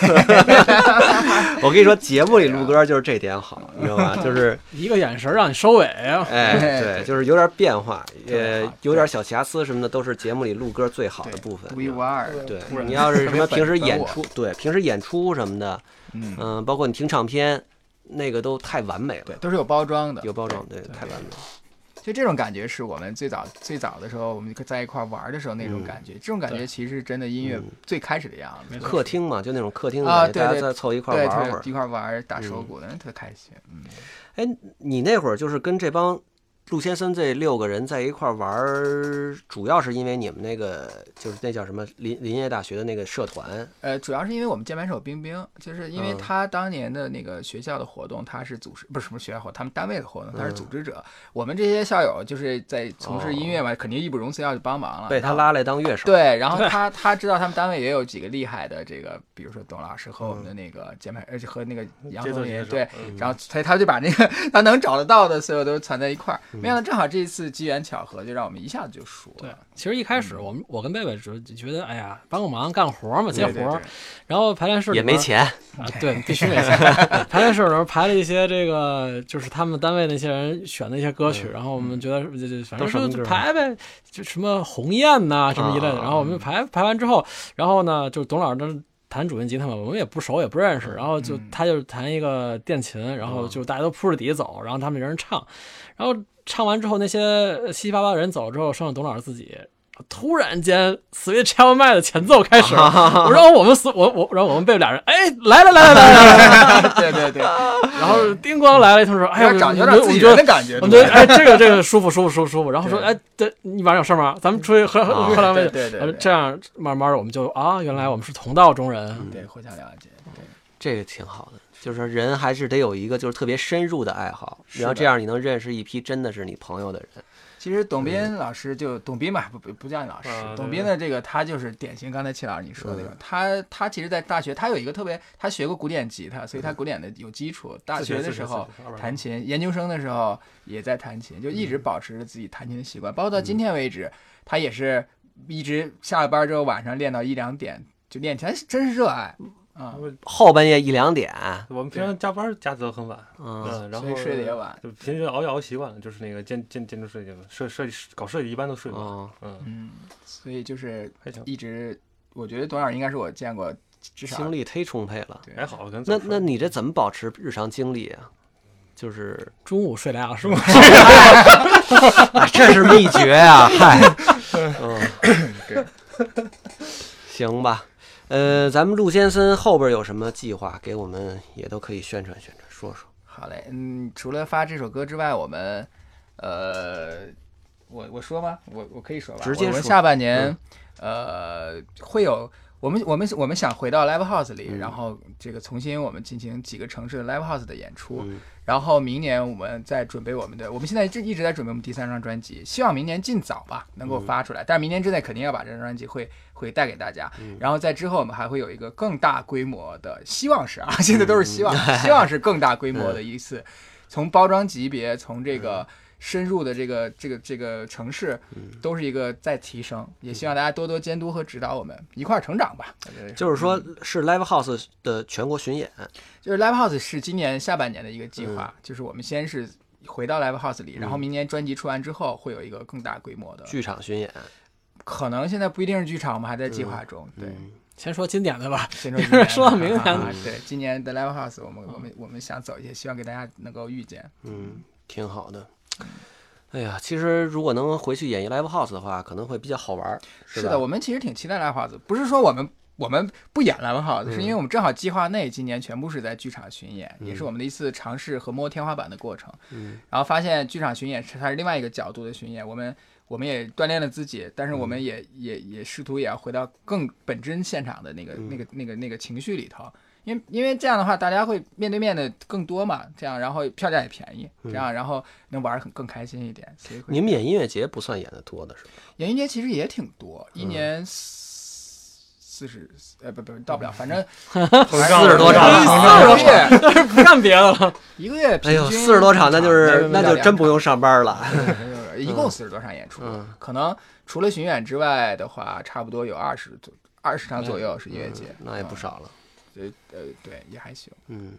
Speaker 1: 我跟你说，节目里录歌就是这点好，你知道 吧？就是
Speaker 3: 一个眼神让你收尾啊。
Speaker 1: 哎，
Speaker 2: 对
Speaker 1: 对，就是有点变化，
Speaker 2: 对
Speaker 1: 也有点小瑕疵什么的，都是节目里录歌最好的部分。
Speaker 2: 独一无二。
Speaker 1: 对
Speaker 4: 突，然
Speaker 1: 你要是什么
Speaker 2: 特别
Speaker 1: 平时
Speaker 2: 本
Speaker 1: 演
Speaker 2: 我
Speaker 1: 出，对，平时演出什么的，
Speaker 2: 嗯，
Speaker 1: 嗯，包括你听唱片，那个都太完美
Speaker 2: 对，
Speaker 1: 了，
Speaker 2: 都是有包装的。
Speaker 1: 有包装，对，太完美了。
Speaker 2: 就这种感觉是我们最早最早的时候，我们在一块玩的时候那
Speaker 1: 嗯
Speaker 2: 种感觉。这种感觉其实是真的音乐最开始的样子。
Speaker 1: 客厅嘛，就那种客厅
Speaker 2: 啊
Speaker 1: 里
Speaker 2: 对
Speaker 1: 大家
Speaker 2: 对
Speaker 1: 再凑一块
Speaker 2: 对，
Speaker 1: 儿玩会儿嗯
Speaker 2: 特。一块玩打手鼓的，特开心。嗯，
Speaker 1: 哎，你那会儿就是跟这帮陆先生这六个人在一块儿玩儿，主要是因为你们那个就是那叫什么林林业大学的那个社团，
Speaker 2: 呃，主要是因为我们键盘手冰冰，就是因为
Speaker 1: 嗯
Speaker 2: 他当年的那个学校的活动，他是组织不是什么学校活动，他们单位的活动，他是
Speaker 1: 嗯
Speaker 2: 组织者。我们这些校友就是在从事音乐嘛，肯定义不容辞要去帮忙了。
Speaker 1: 哦被他拉来当乐手。
Speaker 2: 对，然后他他知道他们单位也有几个厉害的这个，比如说董老师和我们的那个键盘，而且和那个杨
Speaker 4: 嗯节奏嗯
Speaker 2: 总
Speaker 4: 型
Speaker 2: 也
Speaker 4: 的
Speaker 2: 对，然后所以他就把那个 他能找得到的所有都攒在一块儿。
Speaker 4: 嗯
Speaker 2: 没想到正好这一次机缘巧合，就让我们一下子就熟
Speaker 3: 对
Speaker 2: 了。，
Speaker 3: 其实一开始我们我跟贝贝只是觉得，哎呀，帮个忙干活嘛，接
Speaker 2: 嗯对
Speaker 3: 活
Speaker 2: 对对
Speaker 3: 儿然后排练室里
Speaker 1: 也没
Speaker 3: 边
Speaker 1: 钱，
Speaker 3: 啊，对，必须没钱。 排练室里边排了一些这个，就是他们单位那些人选的一些歌曲，然后我
Speaker 2: 嗯
Speaker 3: 们觉得就就反
Speaker 1: 都
Speaker 3: 正
Speaker 1: 什么
Speaker 3: 就
Speaker 1: 歌
Speaker 3: 就
Speaker 1: 儿
Speaker 3: 排呗，就什么鸿雁呐、什么一类的。
Speaker 1: 啊
Speaker 3: 然后我
Speaker 2: 嗯
Speaker 3: 们排排完之后，然后呢，就董老师弹主音吉他嘛，我们也不熟也不认识，
Speaker 2: 嗯
Speaker 3: 然后就他就弹一个电琴，然
Speaker 2: 啊
Speaker 3: 后就大家都铺着底走，然后他们一人唱，然后唱完之后那些稀七八八的人走了之后，剩下董老师自己。突然间，Sweet Child m a 的前奏开始了， 然后我们所我我，然后我们被俩人，哎，来了来了来了，
Speaker 2: 对 对对，
Speaker 3: 然后叮咣来了一通说，哎
Speaker 2: 有点
Speaker 3: 呀，我
Speaker 2: 长有
Speaker 3: 们
Speaker 2: 点
Speaker 3: 我
Speaker 2: 自
Speaker 3: 们
Speaker 2: 己
Speaker 3: 觉
Speaker 2: 人的
Speaker 3: 得，
Speaker 2: 感觉。
Speaker 3: 我们
Speaker 2: 对
Speaker 3: 觉
Speaker 2: 吧
Speaker 3: 得，哎，这个这个舒服舒服舒服舒服。然后说，
Speaker 2: 对
Speaker 3: 哎，对你晚上有事吗？咱们出去喝喝
Speaker 1: 啊
Speaker 3: 喝两杯
Speaker 2: 对对
Speaker 3: 酒。
Speaker 2: 对
Speaker 3: 然后
Speaker 2: 对
Speaker 3: 这样慢慢的我们就啊，原来我们是同道中人。
Speaker 2: 对互相了解。对
Speaker 1: 这个挺好的。就是说人还是得有一个就是特别深入的爱好，
Speaker 2: 是的
Speaker 1: 然后这样你能认识一批真的是你朋友的人。
Speaker 2: 其实董斌老师就董斌吧，不不不叫你老师
Speaker 4: 啊，对
Speaker 2: 董斌的这个他就是典型刚才戚老师你说的那种，他他其实，在大学他有一个特别，他学过古典吉他，所以他古典的有基础。大学的时候
Speaker 4: 自学自学自学
Speaker 2: 弹琴，研究生的时候也在弹琴，就一
Speaker 4: 嗯
Speaker 2: 直保持着自己弹琴的习惯，包括到今天为止，他也是一直下了班之后晚上练到一两点就练琴，他是真是热爱啊，
Speaker 4: 嗯
Speaker 1: 后半夜一两点，
Speaker 4: 我们平常加班加的很晚，
Speaker 1: 嗯，
Speaker 4: 嗯，然
Speaker 2: 所
Speaker 4: 后
Speaker 2: 以睡得也晚。
Speaker 4: 就平时熬夜熬习惯了，就是那个建建建筑设计嘛，设设计师搞设计一般都睡不着，
Speaker 1: 哦，
Speaker 4: 嗯，
Speaker 2: 嗯，所以就是
Speaker 4: 还行，
Speaker 2: 一直，我觉得董老师应该是我见过至少
Speaker 1: 精力忒充沛了。
Speaker 2: 对
Speaker 4: 还好，可能
Speaker 1: 那
Speaker 4: 早睡
Speaker 1: 那你这怎么保持日常精力啊？就是
Speaker 3: 中午睡俩小时，
Speaker 1: 啊，这是秘诀 呀、嗨，嗯，
Speaker 2: 对
Speaker 1: 行吧，呃，咱们陆先生后边有什么计划，给我们也都可以宣传宣传，说说。
Speaker 2: 好嘞，嗯，除了发这首歌之外，我们，呃，我我说吗？我我可以说吧。
Speaker 1: 直接
Speaker 2: 我们
Speaker 1: 说嗯
Speaker 2: 下半年，呃，会有我们我们我们想回到 live house
Speaker 1: 嗯
Speaker 2: 里，然后这个重新我们进行几个城市的 live house 的演出，
Speaker 1: 嗯
Speaker 2: 然后明年我们再准备我们的，我们现在这一直在准备我们第三张专辑，希望明年尽早吧能
Speaker 1: 嗯
Speaker 2: 够发出来，但是明年之内肯定要把这张专辑会会带给大家。
Speaker 1: 嗯
Speaker 2: 然后在之后我们还会有一个更大规模的，希望是啊，
Speaker 1: 嗯 嗯
Speaker 2: 现在都是希望，希望是更大规模的一次，从包装级别，从这个。深入的这个这个这个城市，都是一个在提升。也希望大家多多监督和指导我们，一块儿成长吧。我呃觉得是
Speaker 1: 嗯就是说是 Live House 的全国巡演，
Speaker 2: 就是 Live House 是今年下半年的一个计
Speaker 1: 嗯
Speaker 2: 划，就是我们先是回到 Live House 里，然后明年专辑出完之后，会有一个更大规模的。
Speaker 1: 剧场巡演，
Speaker 2: 可能现在不一定是剧场，我们还在计划中。对，
Speaker 1: 嗯
Speaker 3: 先说今年的吧，
Speaker 2: 先说今年
Speaker 3: 说到明年
Speaker 2: 啊，对，今年的 Live House，我们我们我们想走一些，希望给大家能够遇见。
Speaker 1: 嗯，挺好的。哎呀，其实如果能回去演绎 Live House 的话，可能会比较好玩儿，
Speaker 2: 是
Speaker 1: 吧
Speaker 2: 的，我们其实挺期待 Live House，不是说我们我们不演 Live
Speaker 1: 嗯
Speaker 2: House，、是因为我们正好计划内今年全部是在剧场巡演，也是我们的一次尝试和摸天花板的过程。
Speaker 1: 嗯，
Speaker 2: 然后发现剧场巡演是它是另外一个角度的巡演，我们我们也锻炼了自己，但是我
Speaker 1: 嗯
Speaker 2: 们也、也也试图也要回到更本真现场的那
Speaker 1: 嗯
Speaker 2: 个、那个那个那个情绪里头。因为因为这样的话，大家会面对面的更多嘛，这样然后票价也便宜，这
Speaker 1: 嗯
Speaker 2: 样然后能玩儿很更开心一点，所以会
Speaker 1: 你们演音乐节不算演的多的是吧？
Speaker 2: 演艺节其实也挺多，
Speaker 1: 嗯
Speaker 2: 一年四十，呃，不不，到不了，反正
Speaker 1: 嗯四十多场
Speaker 2: 一
Speaker 1: 了
Speaker 2: 个月，
Speaker 3: 不干别的了。
Speaker 2: 一个月
Speaker 1: 哎
Speaker 2: 平
Speaker 1: 呦，
Speaker 2: 均
Speaker 1: 四十多场，那就是
Speaker 2: 一
Speaker 1: 那
Speaker 2: 场
Speaker 1: 就真不用上班了。
Speaker 2: 对一共四十多场演出，
Speaker 1: 嗯
Speaker 2: 可能除了巡演之外的话，差不多有二十左二十场左右是音乐节，
Speaker 1: 那也不少了。
Speaker 2: 嗯。呃呃，对，也还行。
Speaker 1: 嗯，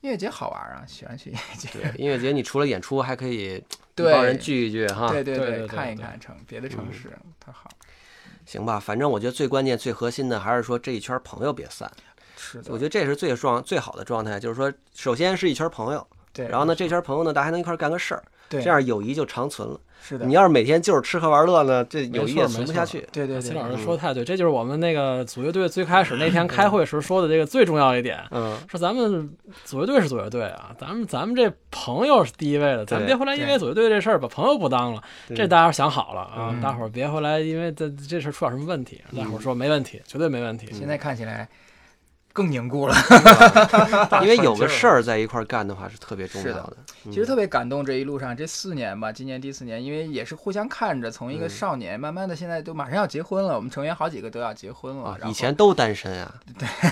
Speaker 2: 音乐节好玩啊，喜欢去音乐
Speaker 1: 对
Speaker 2: 节。，
Speaker 1: 音乐节你除了演出，还可以
Speaker 2: 对
Speaker 1: 帮人聚一啊嗯聚哈。
Speaker 2: 对对
Speaker 3: 对对对
Speaker 2: 看一
Speaker 3: 对
Speaker 2: 看城别的城市，它好。
Speaker 1: 行吧，反正我觉得最关键、最核心的还是说这一圈朋友别散。
Speaker 2: 是的，
Speaker 1: 我觉得这是最状最好的状态，就是说，首先是一圈朋友，
Speaker 2: 对。
Speaker 1: 然后呢，这圈朋友呢，大家还能一块儿干个事儿，
Speaker 2: 对，
Speaker 1: 这样友谊就长存了。
Speaker 2: 是的
Speaker 1: 你，要是每天就是吃喝玩乐呢，这
Speaker 3: 没
Speaker 1: 友谊
Speaker 3: 错
Speaker 1: 也
Speaker 3: 没
Speaker 1: 存不
Speaker 3: 错
Speaker 1: 下 去。
Speaker 2: 对对
Speaker 3: 啊秦
Speaker 2: 对，
Speaker 3: 老师说得太对，这就是我们那个组乐队最开始那天开会时说的这个最重要一点。
Speaker 1: 嗯，
Speaker 3: 说咱们组乐队是组乐队啊，咱们咱们这朋友是第一位的，咱们别回来因为组乐队这事儿把朋友不当了，
Speaker 1: 对
Speaker 3: 这大家想好了啊，
Speaker 2: 嗯
Speaker 3: 大伙儿别回来因为这这事儿出点什么问题，大伙儿说没问题，绝对没问题。
Speaker 1: 嗯
Speaker 2: 现在看起来更凝固了。
Speaker 1: 因为有个事儿在一块儿干的话是特别重
Speaker 2: 是
Speaker 1: 要
Speaker 2: 的
Speaker 1: 的。
Speaker 2: 其实特别感动，这一路上这四年吧，今年第四年，因为也是互相看着，从一
Speaker 1: 嗯
Speaker 2: 个少年慢慢的，现在都马上要结婚了，我们成员好几个都要结婚了
Speaker 1: 啊，，
Speaker 2: 然后
Speaker 1: 以前都单身啊，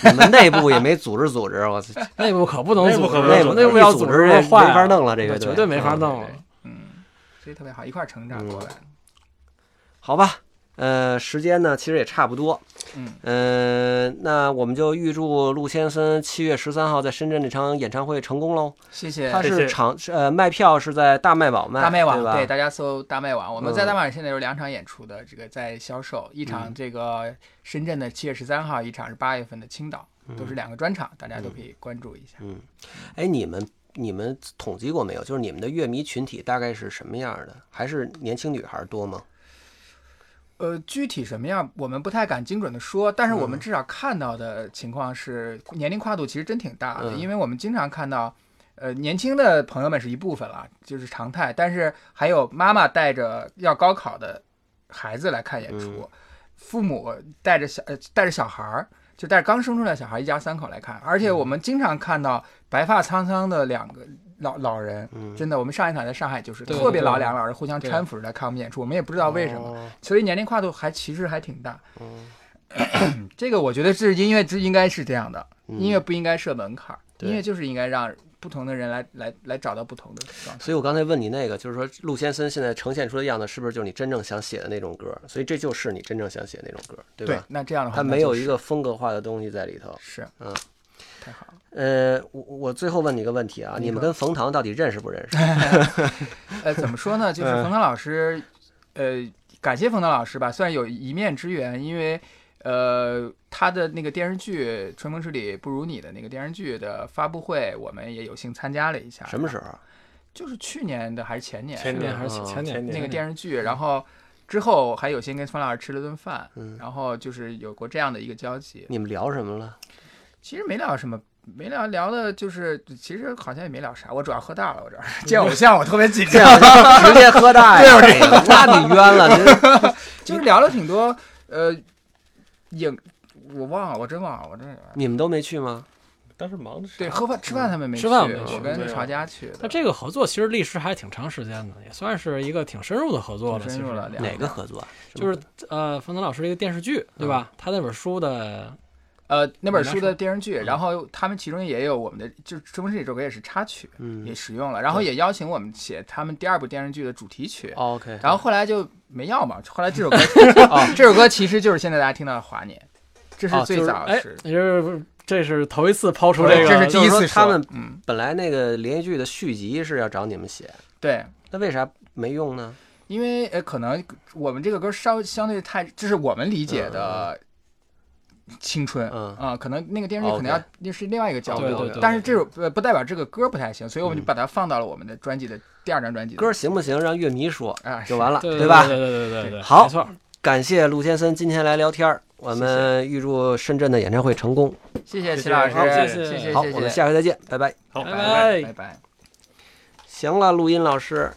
Speaker 1: 你们内部也没组织组织，我操，
Speaker 3: 内部可不能
Speaker 4: 内部
Speaker 3: 组
Speaker 4: 可不
Speaker 3: 织，内
Speaker 4: 能组
Speaker 3: 部
Speaker 4: 织
Speaker 3: 内部要组织
Speaker 1: 这
Speaker 3: 就坏了啊
Speaker 1: 没法弄了这个
Speaker 3: 对
Speaker 1: 队
Speaker 3: 绝对没法
Speaker 1: 嗯
Speaker 3: 弄了。
Speaker 2: 嗯，所以特别好，一块儿成长过来。
Speaker 1: 好吧，呃，时间呢其实也差不多，
Speaker 2: 嗯，
Speaker 1: 呃，那我们就预祝陆先生七月十三号在深圳这场演唱会成功喽。
Speaker 2: 谢谢
Speaker 1: 他
Speaker 4: 谢
Speaker 1: 是
Speaker 4: 谢
Speaker 1: 场是呃卖票是在大麦网卖，
Speaker 2: 大麦网，
Speaker 1: 对吧？
Speaker 2: 大家搜大麦网，我们
Speaker 1: 嗯
Speaker 2: 在大麦网现在有两场演出的，这个在销售，一场这个深圳的七月十三号，一场是八月份的青岛，都
Speaker 1: 嗯
Speaker 2: 是两个专场，大家都可以关注一下。
Speaker 1: 哎，你们你们统计过没有？就是你们的乐迷群体大概是什么样的？还是年轻女孩多吗？
Speaker 2: 呃，具体什么样，我们不太敢精准的说，但是我们至少看到的情况是，年龄跨度其实真挺大的，
Speaker 1: 嗯
Speaker 2: 因为我们经常看到，呃，年轻的朋友们是一部分了，就是常态，但是还有妈妈带着要高考的孩子来看演出，父母带着小呃带着小孩儿，就带着刚生出来的小孩儿，一家三口来看，而且我们经常看到白发苍苍的两个老老人，
Speaker 1: 嗯
Speaker 2: 真的，我们上一场在上海就是
Speaker 3: 对
Speaker 2: 特别
Speaker 3: 对
Speaker 2: 老
Speaker 3: 对
Speaker 2: 两个老人互相
Speaker 3: 对
Speaker 2: 搀扶着来看我们演出，我们也不知道为什么。
Speaker 1: 哦
Speaker 2: 所以年龄跨度还其实还挺大。
Speaker 1: 嗯
Speaker 2: 这个我觉得是音乐之应该是这样的，音乐不应该设门槛儿，
Speaker 1: 对
Speaker 2: 音乐就是应该让不同的人来来来找到不同的状态。
Speaker 1: 所以我刚才问你那个，就是说陆先生现在呈现出的样子，是不是就是你真正想写的那种歌？所以这就是你真正想写的那种歌，对吧？
Speaker 2: 那这样的话，
Speaker 1: 它没有一
Speaker 2: 个
Speaker 1: 个风格化的东西在里头。
Speaker 2: 是
Speaker 1: 嗯，
Speaker 2: 太好了。
Speaker 1: 呃，我我最后问你一个问题啊，你们哎跟冯唐到底认识不认识？
Speaker 2: 呃，怎么 说呢？就是
Speaker 1: 嗯
Speaker 2: 冯唐老师，呃，感谢冯唐老师吧，算有一面之缘，因为。呃，他的那个电视剧《春风十里不如你》的那个电视剧的发布会，我们也有幸参加了一下。
Speaker 1: 什么时候啊？
Speaker 2: 就是去年的还是前年？
Speaker 4: 前
Speaker 3: 去
Speaker 4: 年
Speaker 3: 年还是
Speaker 1: 嗯
Speaker 3: 前年
Speaker 4: 前年
Speaker 2: 那个电视剧，然后之后还有幸跟冯老师吃了顿饭，
Speaker 1: 嗯
Speaker 2: 然后就是有过这样的一个交集。
Speaker 1: 你们聊什么 了？
Speaker 2: 其实没聊什么，没聊聊的就是，其实好像也没聊啥。我主要喝大了，我主要是见偶像我特别紧
Speaker 1: 这
Speaker 2: 张，
Speaker 1: 样直接喝大呀！哎呀那你冤了，您
Speaker 2: 就是聊了挺多，呃，影我忘了，我真忘了，我真是
Speaker 1: 你们都没去吗？
Speaker 4: 当时忙的是
Speaker 2: 对喝饭吃饭他们没
Speaker 3: 吃饭没
Speaker 2: 我
Speaker 3: 去
Speaker 2: 跟
Speaker 4: 对
Speaker 2: 曹佳去的，
Speaker 3: 那这个合作其实历时还挺长时间的，也算是一个挺深入的合作了。
Speaker 2: 挺
Speaker 3: 其
Speaker 2: 深
Speaker 3: 实
Speaker 2: 入了两
Speaker 1: 哪个合作啊？
Speaker 2: 嗯
Speaker 3: 就是呃，冯唐老师的一个电视剧，对吧？他那本书的
Speaker 2: 呃那本书的电视剧，然后他们其中也有我们的，就是《中文这首歌也是插曲，也
Speaker 1: 嗯
Speaker 2: 使用了，然后也邀请我们写他们第二部电视剧的主题曲，
Speaker 1: 哦，OK，
Speaker 2: 然后后来就没要嘛。后来这首歌 啊，这首歌其实就是现在大家听到的《华年》，这是
Speaker 1: 哦
Speaker 2: 最
Speaker 1: 就是
Speaker 2: 早
Speaker 3: 哎
Speaker 2: 是，
Speaker 3: 也是这是头一次抛出
Speaker 2: 对
Speaker 3: 这个，
Speaker 2: 这是
Speaker 1: 就
Speaker 2: 第
Speaker 1: 是
Speaker 2: 一
Speaker 1: 说
Speaker 2: 次
Speaker 1: 他们
Speaker 2: 嗯，
Speaker 1: 本来那个连续剧的续集是要找你们写，
Speaker 2: 对，
Speaker 1: 那为啥没用呢？
Speaker 2: 因为呃，可能我们这个歌稍相对太，这是我们理解的青春，
Speaker 1: 嗯
Speaker 2: 啊，可能那个电视剧可能
Speaker 1: OK
Speaker 2: 要那是另外一个角
Speaker 3: 对
Speaker 2: 度
Speaker 3: 对
Speaker 2: 的
Speaker 3: 对，
Speaker 2: 但
Speaker 3: 对
Speaker 2: 是这首呃不代表这个歌不太行，所以我们就
Speaker 1: 嗯
Speaker 2: 把它放到了我们的专辑的第二张专辑的
Speaker 1: 歌行不行，让乐迷说哎
Speaker 2: 啊，
Speaker 1: 就是完了，
Speaker 3: 对
Speaker 1: 吧？
Speaker 3: 对对对对对对，
Speaker 1: 好
Speaker 3: 没错，
Speaker 1: 感谢陆先生今天来聊天儿，我
Speaker 2: 谢
Speaker 1: 们预祝深圳的演唱会成功。
Speaker 2: 谢谢
Speaker 4: 谢
Speaker 2: 齐
Speaker 4: 谢
Speaker 2: 老师
Speaker 4: 好，
Speaker 3: 谢
Speaker 2: 谢
Speaker 3: 谢
Speaker 2: 谢
Speaker 1: 好，
Speaker 2: 谢
Speaker 1: 我们
Speaker 2: 谢
Speaker 1: 下回再见，拜拜。
Speaker 4: 好，
Speaker 3: 拜
Speaker 2: 拜
Speaker 3: 拜
Speaker 2: 拜拜。
Speaker 1: 行了，录音老师。